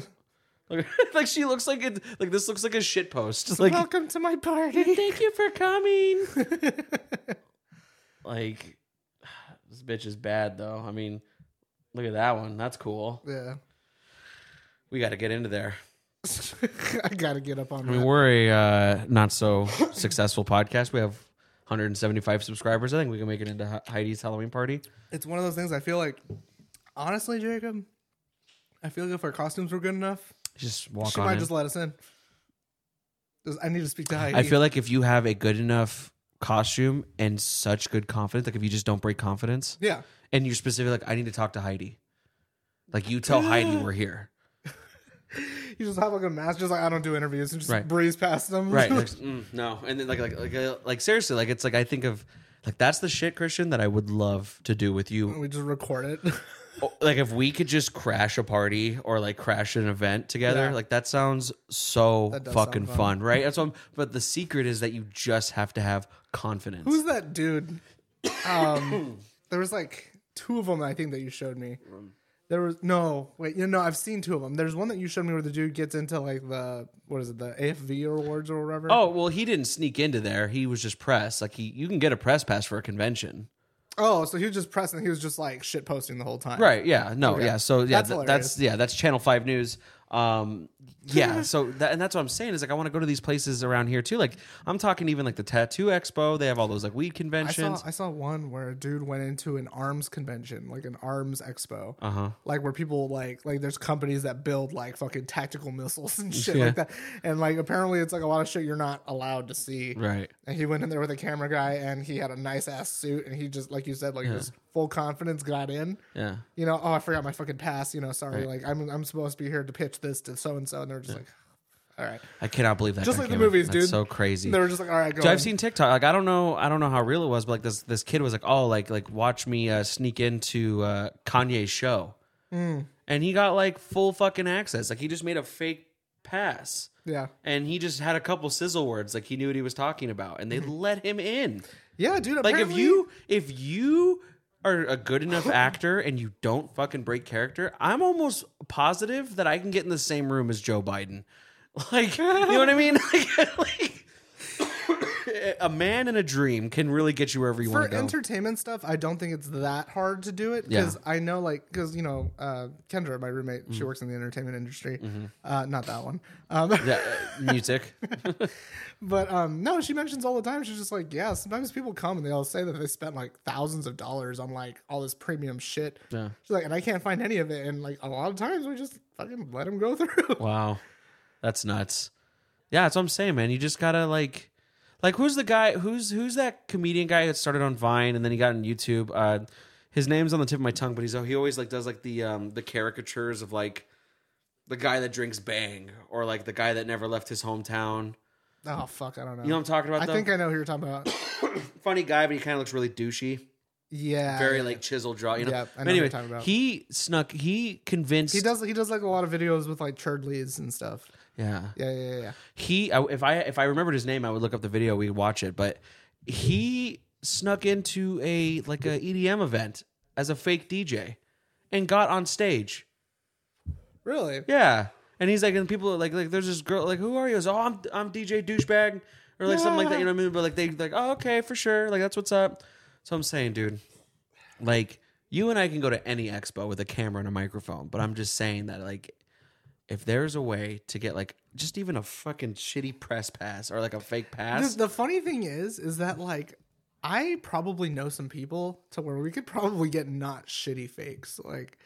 look, like she looks like it. Like this looks like a shit post. Like Welcome to my party. thank you for coming. like this bitch is bad though. I mean, look at that one. That's cool. yeah. We got to get into there. I gotta get up on I mean, that. we're a uh, not so successful podcast. We have 175 subscribers. I think we can make it into Hei- Heidi's Halloween party. It's one of those things I feel like, honestly, Jacob, I feel like if our costumes were good enough, Just walk she on. might in. just let us in. Just- I need to speak to Heidi. I feel like if you have a good enough costume and such good confidence, like if you just don't break confidence, yeah. and you're specific, like I need to talk to Heidi. Like you tell Heidi we're here, You just have like a mask, just like I don't do interviews and just Right. breeze past them. right? Like, mm, no, and then like like like, uh, like seriously, like it's like I think of like that's the shit, Christian, that I would love to do with you. we just record it. Oh, Like if we could just crash a party or like crash an event together, Yeah. like that sounds so That does fucking sound fun. fun. right? That's what. I'm, but the secret is that you just have to have confidence. Who's that dude? Um, there was like two of them I think that you showed me. There was no wait, you know I've seen two of them. There's one that you showed me where the dude gets into like the what is it the AFV awards or whatever. Oh well, he didn't sneak into there. He was just press. Like he, you can get a press pass for a convention, oh, so he was just pressing. He was just like shit posting the whole time. right? Yeah, no, Okay. yeah. So yeah, that's, That's hilarious. that's yeah, that's Channel Five News. Um, yeah. so that, and that's what I'm saying is like I want to go to these places around here too. Like I'm talking even like the Tattoo Expo. They have all those like weed I saw conventions. I saw one where a dude went into an arms convention, like an arms expo, Uh huh. like where people like like there's companies that build like fucking tactical missiles and shit Yeah. like that, and like apparently it's like a lot of shit you're not allowed to see. Right. And he went in there with a camera guy, and he had a nice ass suit, and he just like you said, like his full confidence got in. Yeah. You know, oh I forgot my fucking pass. You know, sorry, like I'm I'm supposed to be here to pitch this to so and so, and they're just like, all right, I cannot believe that. just guy like the came in. movies, That's dude. So crazy. They were just like, all right, go. Dude, on." I've seen TikTok. Like I don't know, I don't know how real it was, but like this this kid was like, oh, like like watch me uh, sneak into uh, Kanye's show, Mm. and he got like full fucking access. Like he just made a fake pass, yeah, and he just had a couple sizzle words, like he knew what he was talking about, and they Mm-hmm. let him in. yeah, dude. Like if apparently- you if you are a good enough actor and you don't fucking break character, I'm almost positive that I can get in the same room as Joe Biden. Like, you know what I mean? Like, like, a man in a dream can really get you wherever you for want to go. entertainment stuff, I don't think it's that hard to do it Yeah. because I know, like, because you know, uh, Kendra, my roommate, she Mm-hmm. works in the entertainment industry. Uh, not that one, um, yeah, uh, music. but um, no, she mentions all the time. She's just like, yeah, sometimes people come and they'll say that they spent like thousands of dollars on like all this premium shit. Yeah. She's like, and I can't find any of it. And like a lot of times, we just fucking let them go through. Wow, that's nuts. Yeah, that's what I'm saying, man. You just gotta like, like who's the guy? Who's who's that comedian guy that started on Vine and then he got on YouTube? Uh, his name's on the tip of my tongue, but he's he always like does like the um the caricatures of like the guy that drinks bang or like the guy that never left his hometown. oh fuck, I don't know. You know what I'm talking about? I though? think I know who you're talking about. funny guy, but he kind of looks really douchey. Yeah, Very like chiseled draw, you know. Yeah, I But know who you're anyway, talking about. he snuck. He convinced. He does. He does like a lot of videos with like churdleys and stuff. Yeah, Yeah, yeah, yeah, yeah. he I- if i if i remembered his name i would look up the video we'd watch it but he snuck into a like a edm event as a fake dj and got on stage Really? yeah and he's like and people are like like there's this girl like who are you He's, oh i'm i'm dj douchebag or like something like that you know what i mean but like they like oh okay for sure like that's what's up so i'm saying dude like you and i can go to any expo with a camera and a microphone but i'm just saying that like if there's a way to get like just even a fucking shitty press pass or like a fake pass, The, the funny thing is, is that like I probably know some people to where we could probably get not shitty fakes. Like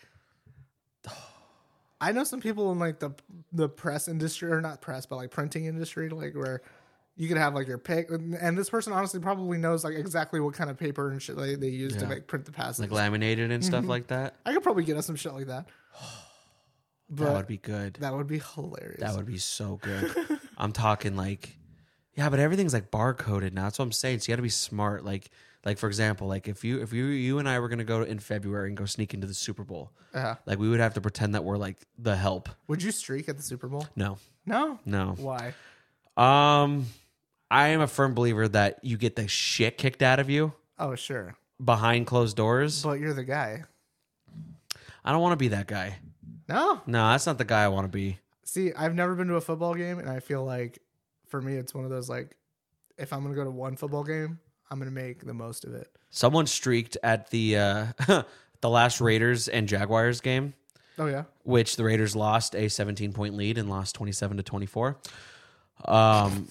I know some people in like the the press industry or not press, but like printing industry, like where you could have like your pick, and and this person honestly probably knows like exactly what kind of paper and shit they, they use to Yeah. like print the passes. like laminated and stuff like that, I could probably get us some shit like that. But that would be good. That, that would be hilarious. would be so good. I'm talking like, yeah, but everything's like barcoded now. That's what I'm saying. So you got to be smart. Like, like for example, like if you if you you and I were gonna go in February and go sneak into the Super Bowl, Uh-huh. like we would have to pretend that we're like the help. Would you streak at the Super Bowl? No, No. no. Why? Um, I am a firm believer that you get the shit kicked out of you Oh, sure. behind closed doors. But you're the guy. I don't want to be that guy. No. No, that's not the guy I want to be. See, I've never been to a football game, and I feel like for me, it's one of those like, if I'm gonna go to one football game, I'm gonna make the most of it. Someone streaked at the uh, the last Raiders and Jaguars game, Oh yeah. which the Raiders lost a 17 point lead and lost 27 to 24. Um,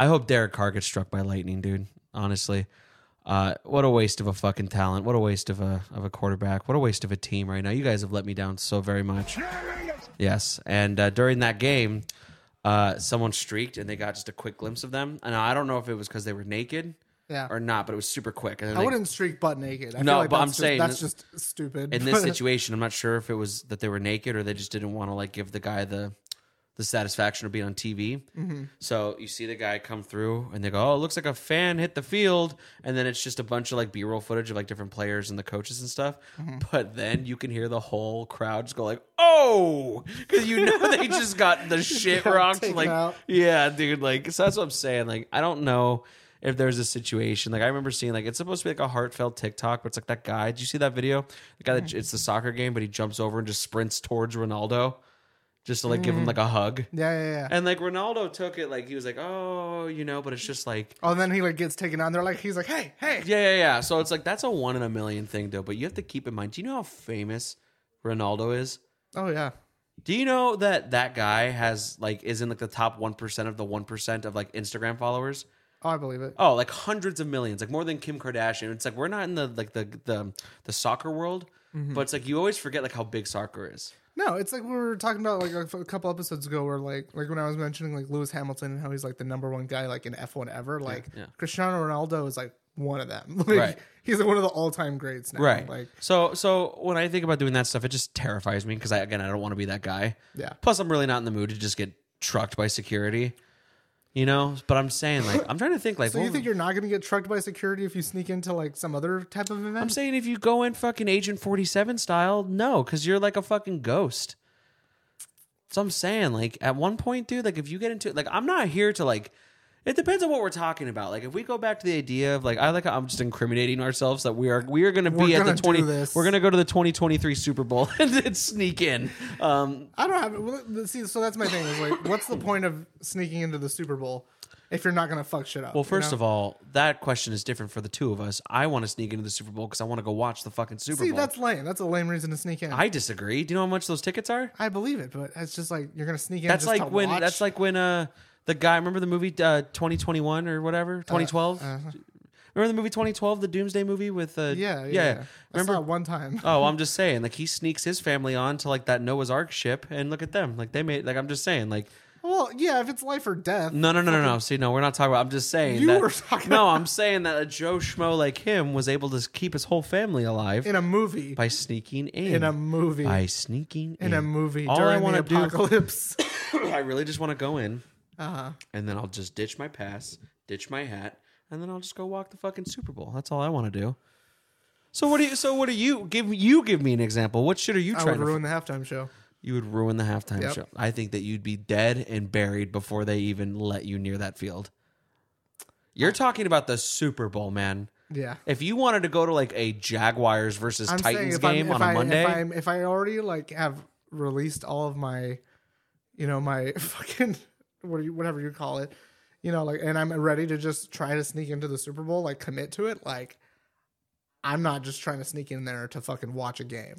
I hope Derek Carr gets struck by lightning, dude. Honestly, uh, what a waste of a fucking talent. What a waste of a of a quarterback. What a waste of a team right now. You guys have let me down so very much. Yes, and uh, during that game, uh, someone streaked and they got just a quick glimpse of them. And I don't know if it was because they were naked Yeah. or not, but it was super quick. And then I they- wouldn't streak butt naked. I No, feel like but that's I'm just, saying that's this- just stupid. in this situation, I'm not sure if it was that they were naked or they just didn't want to like give the guy the the satisfaction of being on TV. Mm-hmm. So you see the guy come through and they go, "Oh, it looks like a fan hit the field," and then it's just a bunch of like B-roll footage of like different players and the coaches and stuff. Mm-hmm. But then you can hear the whole crowd just go like, "Oh," because you know they just got the shit got rocked. taken Like, out. yeah, dude. Like, so that's what I'm saying. Like, I don't know if there's a situation. Like, I remember seeing like it's supposed to be like a heartfelt TikTok, but it's like that guy. Did you see that video? The guy Mm-hmm. that it's the soccer game, but he jumps over and just sprints towards Ronaldo just to like give him Mm-hmm. like a hug. yeah, yeah, yeah. And like Ronaldo took it like he was like, oh, you know, but it's just like. oh, and then he like gets taken on. They're like, he's like, hey, hey. Yeah, yeah, yeah. So it's like that's a one in a million thing, though. But you have to keep in mind. Do you know how famous Ronaldo is? Oh yeah. Do you know that that guy has like is in like the top one percent of the one percent of like Instagram followers? Oh, I believe it. Oh, like hundreds of millions, like more than Kim Kardashian. It's like we're not in the like the the the soccer world, but it's like you always forget like how big soccer is. No, it's like we were talking about like a, a couple episodes ago, where like like when I was mentioning like Lewis Hamilton and how he's like the number one guy like in F one ever. Like yeah. Cristiano Ronaldo is like one of them. Like, Right. He's like one of the all time greats now. Right. Like so so when I think about doing that stuff, it just terrifies me because I again I don't want to be that guy. Yeah. Plus, I'm really not in the mood to just get trucked by security. You know, but I'm saying like I'm trying to think like So you what- think you're not going to get trucked by security if you sneak into like some other type of event? I'm saying if you go in fucking Agent 47 style, no, because you're like a fucking ghost. So I'm saying, like, at one point, dude, like, if you get into like, I'm not here to like, it depends on what we're talking about. Like, if we go back to the idea of like, I like, how I'm just incriminating ourselves that we are we are going to be We're at the gonna 20, do this. we're going to go to the 2023 Super Bowl and then sneak in. Um, I don't have. well, th- See, so that's my thing. Is like, what's the point of sneaking into the Super Bowl if you're not going to fuck shit up? well, first of all, that question is different for the two of us. I want to sneak into the Super Bowl because I want to go watch the fucking Super see, Bowl. that's lame. That's a lame reason to sneak in. I, I disagree. Do you know how much those tickets are? believe it, but it's just like you're going to sneak in. That's just like to when watch? that's like when uh the guy remember the movie uh 2021 or Uh, whatever 2012 remember the movie 2012 the doomsday movie with uh uh-huh. yeah, yeah. yeah. remember Remember I saw it one time? oh I'm just saying like he sneaks his family on to like that Noah's Ark ship and look at them like they made like I'm just saying like well, yeah. If it's life or death, no no no no no see no we're not talking about I'm just saying You that, were talking no about- I'm saying that a Joe schmo like him was able to keep his whole family alive in a movie, by sneaking in in a movie, by sneaking in, in a movie all I during want the to do apocalypse. I really just want to go in uh-huh. and then I'll just ditch my pass, ditch my hat, and then I'll just go walk the fucking Super Bowl. That's all I want to do. So what do you? So what do you give? You give me an example. What shit are you I trying to? would ruin the halftime show. you would ruin the halftime Yep. show. I think that you'd be dead and buried before they even let you near that field. You're talking about the Super Bowl, man. Yeah. If you wanted to go to like a Jaguars versus I'm saying Titans if I'm- game if on a I- Monday, If, I'm, if I already like have released all of my, you know, my fucking what do you, whatever you call it, you know, like, and I'm ready to just try to sneak into the Super Bowl, like commit to it, like. I'm not just trying to sneak in there to fucking watch a game.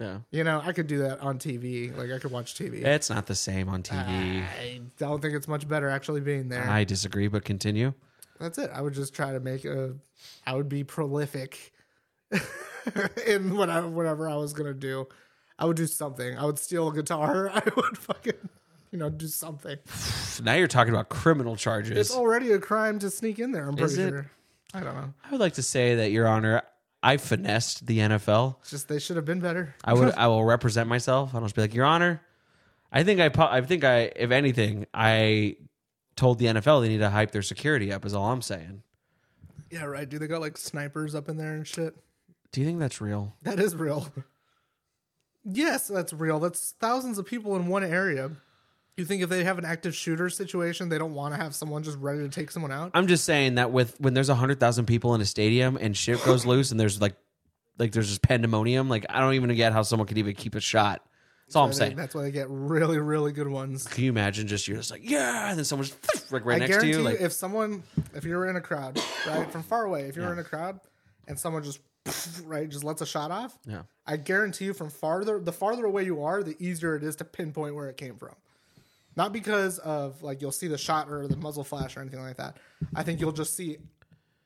yeah, You know, I could do that on TV. Like I could watch TV. it's not the same on TV. I don't think it's much better actually being there. I disagree, but continue. That's it. I would just try to make a. I would be prolific in what I, whatever I was gonna do. I would do something. I would steal a guitar. I would fucking, you know, do something. Now you're talking about criminal charges. It's already a crime to sneak in there. I'm pretty Is it? sure. I don't know. I would like to say that, Your Honor, I finessed the NFL. It's just they should have been better. I would, I will represent myself. I'll just be like, Your Honor, I think I, po- I think I, if anything, I told the NFL they need to hype their security up. Is all I'm saying. Yeah, right. Dude, they got like snipers up in there and shit. Do you think that's real? That is real. Yes, that's real. That's thousands of people in one area. You think if they have an active shooter situation, they don't want to have someone just ready to take someone out? I'm just saying that with when there's hundred thousand people in a stadium and shit goes loose and there's like like there's just pandemonium. Like I don't even get how someone could even keep a shot. That's all I'm I think saying. That's why they get really, really good ones. Can you imagine just you're just like yeah, and then someone's like right I next to guarantee you, you, like if someone, if you were in a crowd, right, from far away, if you were in a crowd and someone just, right, just lets a shot off, Yeah. I guarantee you, from farther, the farther away you are, the easier it is to pinpoint where it came from. Not because of like you'll see the shot or the muzzle flash or anything like that. I think you'll just see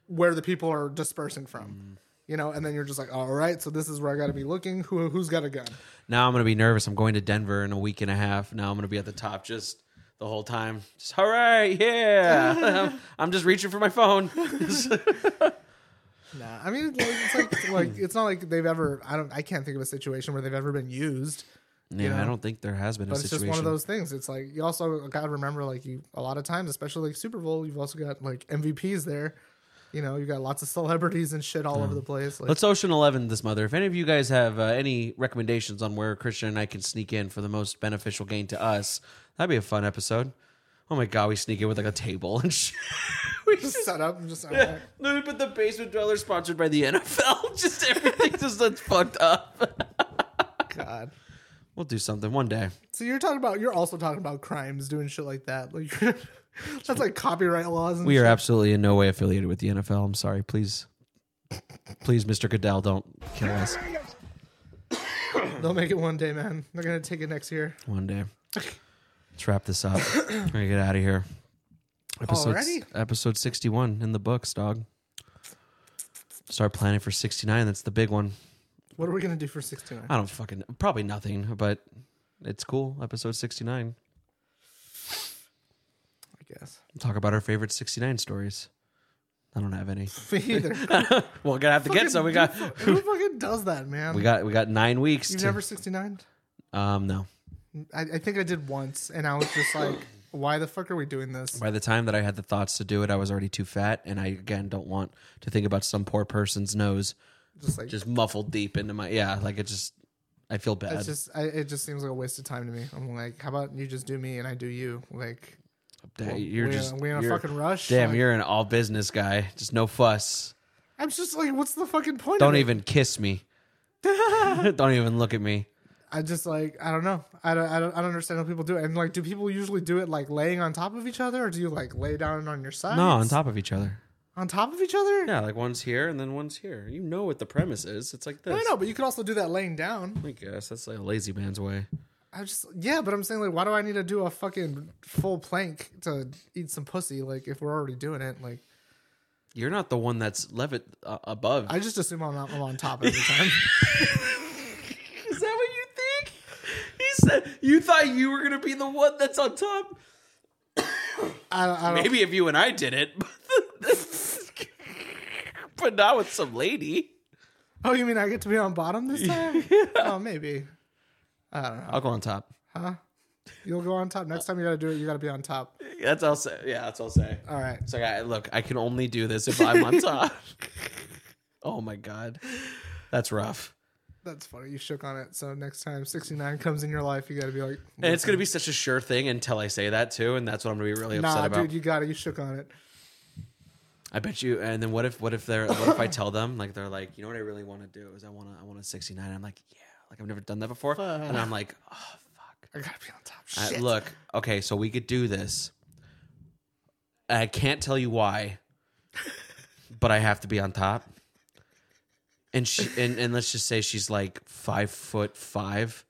where the people are dispersing Mm. from. You know, and then you're just like, all right, so this is where I got to be looking. Who who's got a gun? now I'm gonna be nervous. I'm going to Denver in a week and a half. Now I'm gonna be at the top just the whole time. Just all right, yeah. I'm just reaching for my phone. Nah, I mean, like, it's like, like it's not like they've ever. I don't. I can't think of a situation where they've ever been used. Yeah, I don't think there has been a But it's situation. just one of those things. It's like you also gotta remember, like you a lot of times, especially like Super Bowl, you've also got like MVPs there. You know, you got lots of celebrities and shit all over the place. Like, Hmm. Let's Ocean Eleven this mother. If any of you guys have uh, any recommendations on where Christian and I can sneak in for the most beneficial gain to us, that'd be a fun episode. Oh my god, we sneak in with like a table and shit. we just just set up and just oh alright. then we put the basement dweller sponsored by the NFL. just everything just that's fucked up. God. We'll do something one day. So you're talking about you're also talking about crimes, doing shit like that. Like you're, that's like copyright laws. And We are shit. absolutely in no way affiliated with the NFL. I'm sorry. Please, please, Mr. Goodell, don't kill us They'll make it one day, man. They're gonna take it next year. one day. Let's wrap this up. We're gonna get out of here. Episode Already? episode 61 in the books, dog. Start planning for 69. That's the big one. What are we gonna do for 69? I don't fucking probably nothing, but it's cool. Episode 69. I guess Talk about our favorite 69 stories. I don't have any. me either. Well, we're gonna have to get some. We got who fucking does that, man? we got we got nine weeks. You've to- never 69? um no. I, I think I did once, and I was just like, why the fuck are we doing this? By the time that I had the thoughts to do it, I was already too fat, and I again don't want to think about some poor person's nose Just like, just muffled deep into my yeah. Like it just, I feel bad. it's just, I, it just seems like a waste of time to me. I'm like, how about you just do me and I do you? Like, Da- you're we- just we in a you're- fucking rush, Damn, like- you're an all business guy. Just no fuss. I'm just like, what's the fucking point? of Don't it? even kiss me. don't even look at me. I just like, I don't know. I don't, I don't, I don't understand how people do it. And like, do people usually do it like laying on top of each other, or do you like lay down on your side? No, on top of each other. on top of each other. Yeah, like one's here and then one's here. You know what the premise is. It's like this. I know, but you could also do that laying down. I guess that's like a lazy man's way. I just yeah, but I'm saying like, why do I need to do a fucking full plank to eat some pussy? Like, if we're already doing it, like, You're not the one that's levit uh, above. I just assume I'm, not, I'm on top every time. Is that what you think? He said you thought you were gonna be the one that's on top. I, don't- I don't, Maybe if you and I did it, but not with some lady. Oh, you mean I get to be on bottom this time? Oh, maybe. I'll go on top. You'll go on top next time. You got to do it. You got to be on top. That's all. I'll Say. Yeah, that's all I'll say. All right. It's like, I, look, I can only do this if I'm on top. oh my god, that's rough. That's funny. You shook on it. So next time 69 comes in your life, you got to be like, And it's gonna be such a sure thing until I say that too, and that's what I'm gonna be really upset nah, about. dude, you got it. You shook on it. I bet you. And then what if what if they're what if I tell them like they're like you know what I really want to do is I want to I want a 69. I'm like yeah, like I've never done that before, and I'm like oh fuck. I got to be on top. I- Shit. look, okay, so we could do this. I can't tell you why, but I have to be on top. And she and, and let's just say she's like five foot five.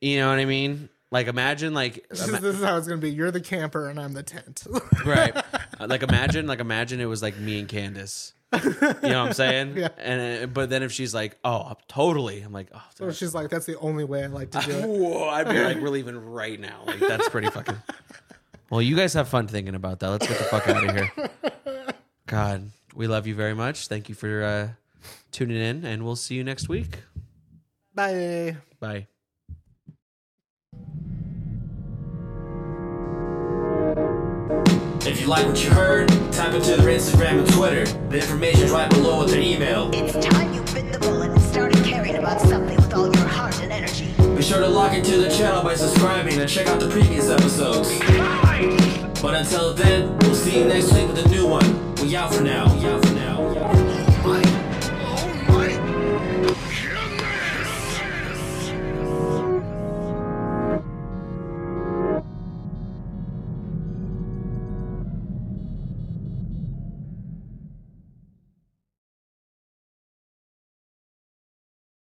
you know what I mean? Like imagine like this, is, this is how it's going to be. You're the camper and I'm the tent. right Uh, like imagine like imagine it was like me and candace you know what i'm saying Yeah. and uh, but then if she's like oh totally i'm like oh so she's like, that's the only way I like to do it. whoa i'd be like we're leaving right now like that's pretty fucking well you guys have fun thinking about that let's get the fuck out of here god we love you very much thank you for uh tuning in and we'll see you next week Bye. bye If you like what you heard, type into their Instagram and Twitter. The information's right below with their email. It's time you bit the bullet and started caring about something with all your heart and energy. Be sure to log into the channel by subscribing and check out the previous episodes. But until then, we'll see you next week with a new one. We out for now. We out for now.